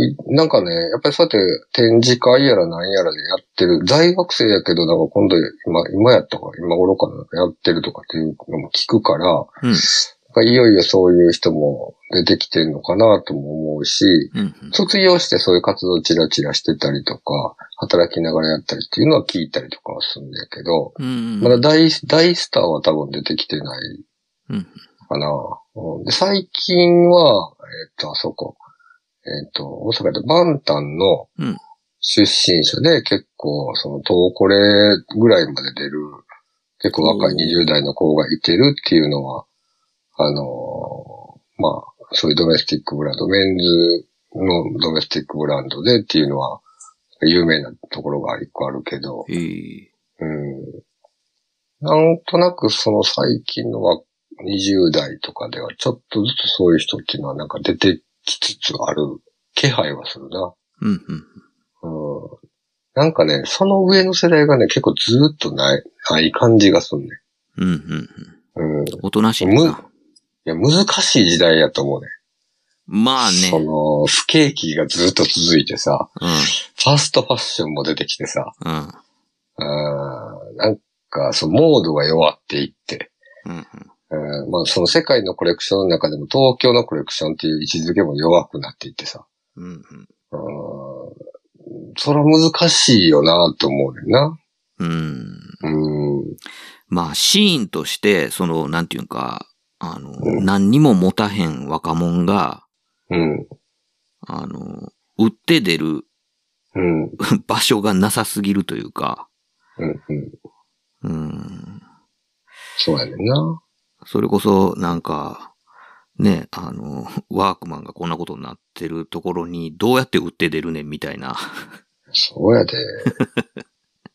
Speaker 5: いなんかね、やっぱりそうやって展示会やらなんやらでやってる。在学生やけど、なんか今度、今、今やったか、今頃かな、やってるとかっていうのも聞くから、
Speaker 4: うん。
Speaker 5: なんかいよいよそういう人も出てきてんのかなとも思うし、
Speaker 4: うん。
Speaker 5: 卒業してそういう活動チラチラしてたりとか、働きながらやったりっていうのは聞いたりとかはするんだけど、
Speaker 4: うん。
Speaker 5: まだ大、大スターは多分出てきてない
Speaker 4: うん。
Speaker 5: かな。うん、で最近は、えっ、と、あそこ、えっ、と、大阪でバンタンの
Speaker 4: うん
Speaker 5: 出身者で結構、その、東コレぐらいまで出る、結構若い20代の子がいてるっていうのは、あのーまあ、そういうドメスティックブランド、メンズのドメスティックブランドでっていうのは、有名なところが一個あるけど、
Speaker 4: ええ
Speaker 5: うんなんとなくその最近のは20代とかではちょっとずつそういう人っていうのはなんか出てきつつある気配はするな。
Speaker 4: うん。うん。
Speaker 5: うん。なんかね、その上の世代がね、結構ずーっとない、ない感じがするね。
Speaker 4: うん。うん。
Speaker 5: うん。い
Speaker 4: おとなしい
Speaker 5: む
Speaker 4: な。
Speaker 5: や、難しい時代やと思うね。
Speaker 4: まあ
Speaker 5: そ
Speaker 4: ね。
Speaker 5: の、不景気がずっと続いてさ、
Speaker 4: うん。
Speaker 5: ファストファッションも出てきてさ、
Speaker 4: うん。
Speaker 5: うん、なんか、そのモードが弱っていって、
Speaker 4: うん。
Speaker 5: うんまあ、その世界のコレクションの中でも東京のコレクションっていう位置づけも弱くなっていってさ。
Speaker 4: うん。
Speaker 5: うん、それは難しいよなと思うねんな。
Speaker 4: うん。
Speaker 5: うん。
Speaker 4: まあ、シーンとして、その、なんていうんか、あの、
Speaker 5: うん
Speaker 4: 何にも持たへん若者が、
Speaker 5: うん。
Speaker 4: あの、売って出る
Speaker 5: うん。うん。
Speaker 4: 場所がなさすぎるというか、
Speaker 5: うん。
Speaker 4: うん。
Speaker 5: そうやねんな。
Speaker 4: それこそ、なんか、ね、あの、ワークマンがこんなことになってるところに、どうやって売って出るねんみたいな。
Speaker 5: そうやで。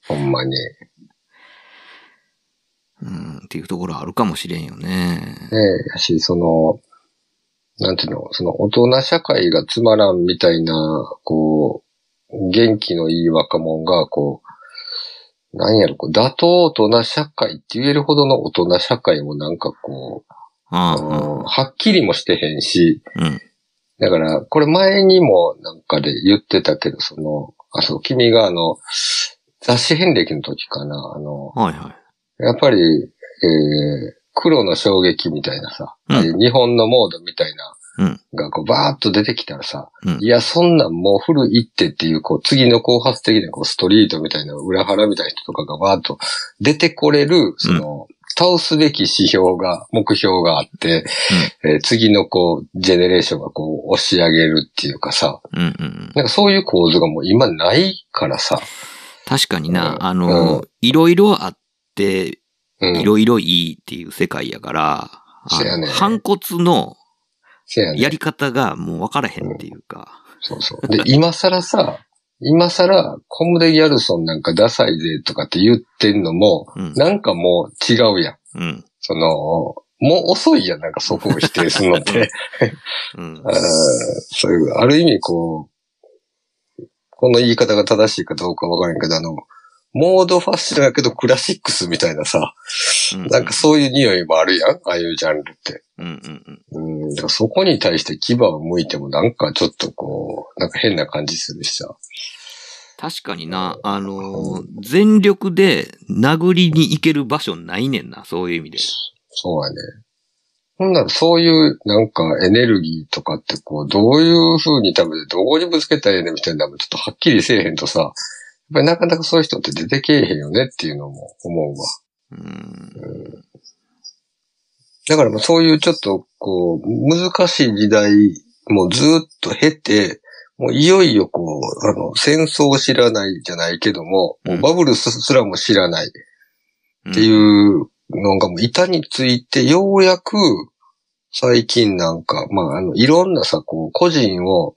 Speaker 5: ほんまに。ね
Speaker 4: うん、っていうところあるかもしれんよね。
Speaker 5: え、やし、その、なんていうの、その大人社会がつまらんみたいな、こう、元気のいい若者が、こう、なんやろ、こう、妥当大人社会って言えるほどの大人社会もなんかこう、
Speaker 4: あ
Speaker 5: あのはっきりもしてへんし、
Speaker 4: あ、うん、
Speaker 5: だから、これ前にもなんかで言ってたけど、その、あ、そう、君があの、雑誌遍歴の時かな、あの、
Speaker 4: はいはい。
Speaker 5: やっぱり、えー、黒の衝撃みたいなさ、
Speaker 4: うん
Speaker 5: ああいう日本のモードみたいな、
Speaker 4: うん
Speaker 5: がこうバーッと出てきたらさ、
Speaker 4: うん
Speaker 5: いや、そんなんもう古いってっていう、こう、次の後発的なこうストリートみたいな、裏腹みたいな人とかがバーッと出てこれる、その、倒すべき指標が、目標があって、えー次のこう、ジェネレーションがこう、押し上げるっていうかさ、
Speaker 4: うんうん。
Speaker 5: なんかそういう構図がもう今ないからさ、
Speaker 4: 確かに
Speaker 5: う
Speaker 4: な、
Speaker 5: ん
Speaker 4: あの、いろいろあって、
Speaker 5: うん
Speaker 4: いろいろいいっていう世界やから、
Speaker 5: そうや
Speaker 4: あの
Speaker 5: ね
Speaker 4: 反骨の
Speaker 5: せやね
Speaker 4: やり方がもう分からへんっていうか、
Speaker 5: そうそう。で、今更さ、今更、コムデ・ギャルソンなんかダサいぜとかって言ってんのも、
Speaker 4: うん
Speaker 5: なんかもう違うやん。
Speaker 4: うん、
Speaker 5: その、もう遅いやん、なんかそこを否定するの
Speaker 4: (laughs)
Speaker 5: って。
Speaker 4: うん
Speaker 5: あ、ーそういう、ある意味こう、この言い方が正しいかどうかわからんけど、あの、モードファッションやけどクラシックスみたいなさ、
Speaker 4: うん
Speaker 5: なんかそういう匂いもあるやん、ああいうジャンルって。
Speaker 4: うんうんうん。
Speaker 5: うん、だからそこに対して牙を向いてもなんかちょっとこう、なんか変な感じするしさ。
Speaker 4: 確かにな、あのー全力で殴りに行ける場所ないねんな、そういう意味で。
Speaker 5: そうやね。ほんならそういうなんかエネルギーとかってこう、どういう風に食べてどこにぶつけたらええねんみたいなのもちょっとはっきりせえへんとさ、やっぱりなかなかそういう人って出てけえへんよねっていうのも思うわ。
Speaker 4: うん、
Speaker 5: だからまあそういうちょっとこう、難しい時代もずっと経て、もういよいよこう、あの、戦争を知らないじゃないけども、もうバブルすすらも知らないっ
Speaker 4: う
Speaker 5: てい
Speaker 4: ん。
Speaker 5: うのがもう板について、ようやく最近なんか、まあ、あの、いろんなさ、こう、個人を、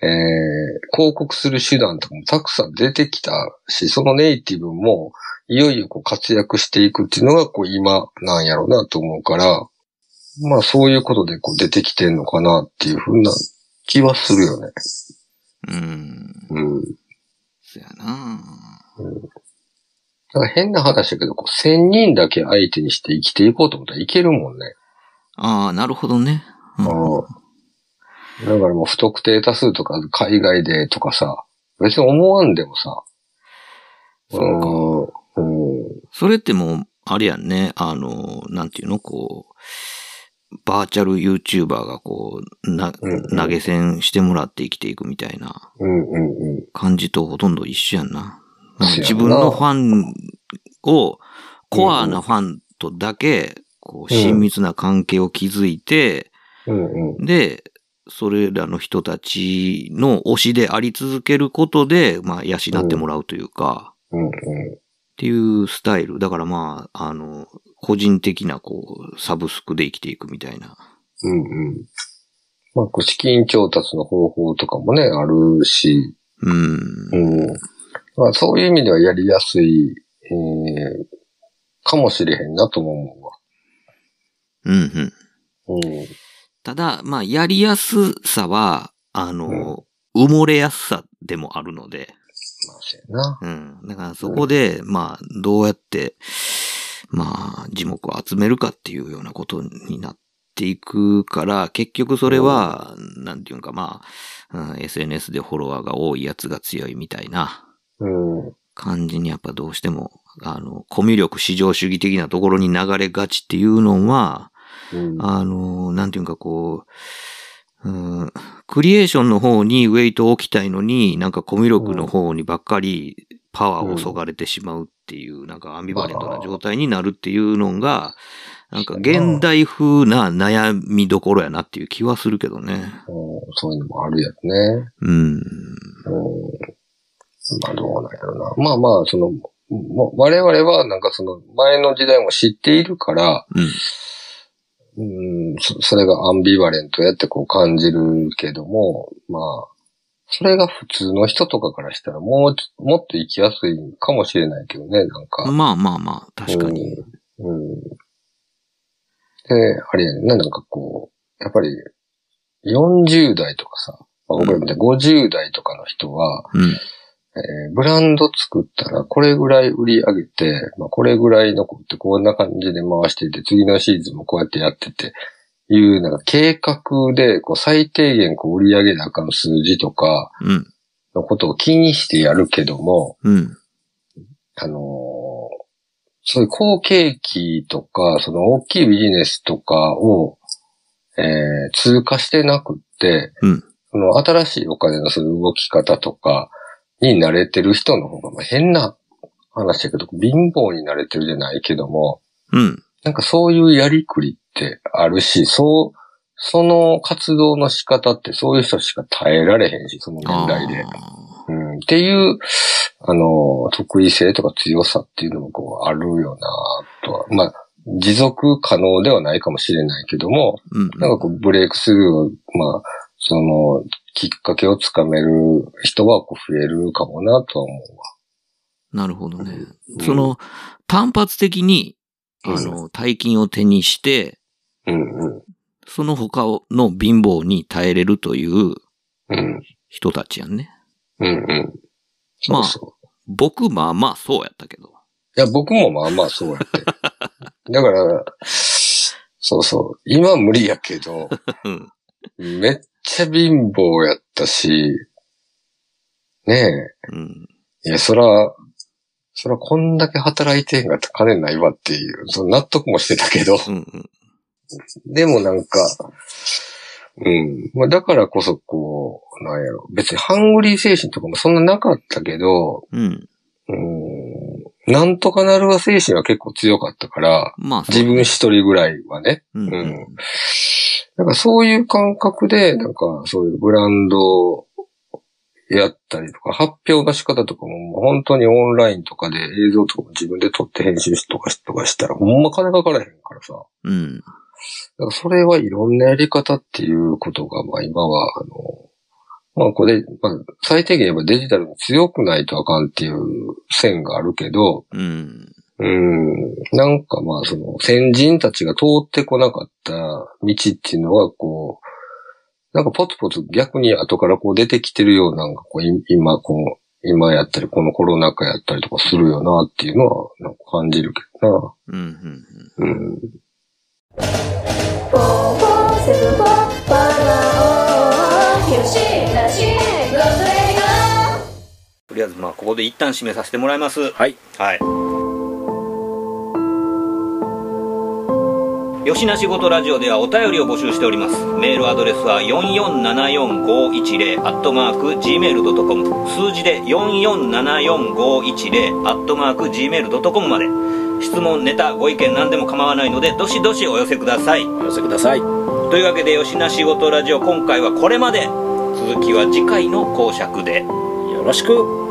Speaker 5: えー、広告する手段とかもたくさん出てきたし、そのネイティブも、いよいよこう活躍していくっていうのが、こう、今なんやろうなと思うから、まあ、そういうことでこう出てきてんのかなっていうふうな気はするよね。
Speaker 4: うん。
Speaker 5: うん。
Speaker 4: そやな
Speaker 5: だから変な話だけど、こう、千人だけ相手にして生きていこうと思ったらいけるもんね。
Speaker 4: ああ、なるほどね。うん
Speaker 5: うん。だからもう不特定多数とか、海外でとかさ、別に思わんでもさ、
Speaker 4: そう
Speaker 5: うん。うん。
Speaker 4: それってもう、あれやんね、あの、なんていうの、こう、バーチャル YouTuber がこう、な、
Speaker 5: うんうん
Speaker 4: 投げ銭してもらって生きていくみたいな
Speaker 5: うんうんうん。
Speaker 4: 感じとほとんど一緒やんな。
Speaker 5: 一緒やな
Speaker 4: 自分のファンを、コアなファンとだけ、こう、
Speaker 5: うん
Speaker 4: 親密な関係を築いて、
Speaker 5: うんうん。
Speaker 4: で、それらの人たちの推しであり続けることで、まあ、養ってもらうというか、
Speaker 5: うんう
Speaker 4: っていうスタイル。だからまあ、あの、個人的な、こう、サブスクで生きていくみたいな。
Speaker 5: ん。うんうん。まあ、こう資金調達の方法とかもね、あるし、
Speaker 4: うん。
Speaker 5: うん。まあ、そういう意味ではやりやすい、えー、かもしれへんなとも思うわ。
Speaker 4: うん、うん。
Speaker 5: うん。
Speaker 4: ただ、まあ、やりやすさは、あの、埋もれやすさでもあるので、
Speaker 5: まあ、せやな。
Speaker 4: うん。だからそこで、まあ、どうやって、まあ、樹木を集めるかっていうようなことになっていくから、結局それは、なんていうんか、まあ、うん、SNS でフォロワーが多いやつが強いみたいな。
Speaker 5: うん。
Speaker 4: 感じにやっぱどうしても、あの、コミュ力至上主義的なところに流れがちっていうのは、
Speaker 5: うん。
Speaker 4: あの、なんていうかこう、うん、クリエーションの方にウェイトを置きたいのに、なんかコミュ力の方にばっかりパワーをそがれてしまうっていう、なんかアンビバレントな状態になるっていうのが、なんか現代風な悩みどころやなっていう気はするけどね。
Speaker 5: うんそういうのもあるやつね。
Speaker 4: うん。
Speaker 5: うん。まあどうなんやろな。まあまあ、その、も我々はなんかその前の時代も知っているから、
Speaker 4: うん。
Speaker 5: うん、そそれがアンビバレントやってこう感じるけども、まあ、それが普通の人とかからしたらもうちょ、もっと生きやすいかもしれないけどね、なんか。
Speaker 4: まあまあまあ、確かに。
Speaker 5: うん。うん。で、あれやね、なんかこう、やっぱり、40代とかさ、まあ僕らみたいに50代とかの人は、
Speaker 4: うん。
Speaker 5: えーブランド作ったらこれぐらい売り上げて、まあ、これぐらいの子ってこんな感じで回していて、次のシーズンもこうやってやってて、いうなんか計画で、こう最低限こう売り上げなあかん数字とか
Speaker 4: うん。
Speaker 5: のことを気にしてやるけども、
Speaker 4: うん。
Speaker 5: あのーそういう好景気とか、その大きいビジネスとかを、えー通過してなくって、
Speaker 4: うん
Speaker 5: その新しいお金のその動き方とかに慣れてる人の方が、まあ、変な話だけど、貧乏に慣れてるじゃないけども、
Speaker 4: うん。
Speaker 5: なんかそういうやりくりってあるし、そう、その活動の仕方ってそういう人しか耐えられへんし、その年代で。
Speaker 4: あ
Speaker 5: うん、っていう、あの、得意性とか強さっていうのもこうあるよなとは。まあ、持続可能ではないかもしれないけども、
Speaker 4: ーうん。
Speaker 5: なんかこうブレイクスルーを、まあ、その、きっかけをつかめる人はこう増えるかもなとは思うわ。
Speaker 4: なるほどね。
Speaker 5: うん
Speaker 4: その、単発的に、
Speaker 5: うん
Speaker 4: あの、大金を手にして、
Speaker 5: うんうん。
Speaker 4: その他の貧乏に耐えれるという
Speaker 5: うん。
Speaker 4: 人たちやんね。
Speaker 5: うんうん。そ
Speaker 4: まあ
Speaker 5: うそう。
Speaker 4: 僕、まあまあ、そうやったけど。
Speaker 5: いや、僕もまあまあそうやって。だから、そうそう。今は無理やけど、
Speaker 4: うん。
Speaker 5: めっちゃ貧乏やったし、ね
Speaker 4: うん。
Speaker 5: え、いや、そら、そらこんだけ働いてへんかったら金ないわっていう、その納得もしてたけど、
Speaker 4: うんうん。
Speaker 5: でもなんか、うん。まあだからこそこう、なんやろ。別にハングリー精神とかもそんななかったけど、
Speaker 4: うん。
Speaker 5: うん。なんとかなるわ精神は結構強かったから、
Speaker 4: まあ、そう
Speaker 5: 自分一人ぐらいはね。
Speaker 4: うんう
Speaker 5: う
Speaker 4: んん。。
Speaker 5: なんかそういう感覚で、なんかそういうブランドやったりとか、発表の仕方とかももう本当にオンラインとかで映像とかも自分で撮って編集しとかしとかしたら、ほんま金かからへんからさ。
Speaker 4: うん。
Speaker 5: だからそれはいろんなやり方っていうことが、まあ今は、あの、まあこれ、まあ最低限言えばデジタルに強くないとあかんっていう線があるけど、
Speaker 4: うん。
Speaker 5: うん。なんかまあ、その、先人たちが通ってこなかった道っていうのは、こう、なんかポツポツ逆に後からこう出てきてるような、なんかこう、い今、こう、今やったり、このコロナ禍やったりとかするよなっていうのは、なんか感じるけど
Speaker 4: うん。うん。
Speaker 5: な。うん。
Speaker 1: とりあえずまあここで一旦締めさせてもらいます
Speaker 7: はい
Speaker 1: はいよしなしごとラジオではお便りを募集しておりますメールアドレスは4474510アットマーク gmail.com 数字で4474510アットマーク gmail.com まで質問ネタご意見何でも構わないのでどしどしお寄せください
Speaker 7: お寄せください
Speaker 1: というわけでよしなしごとラジオ今回はこれまで続きは次回の講釈で
Speaker 7: よろしく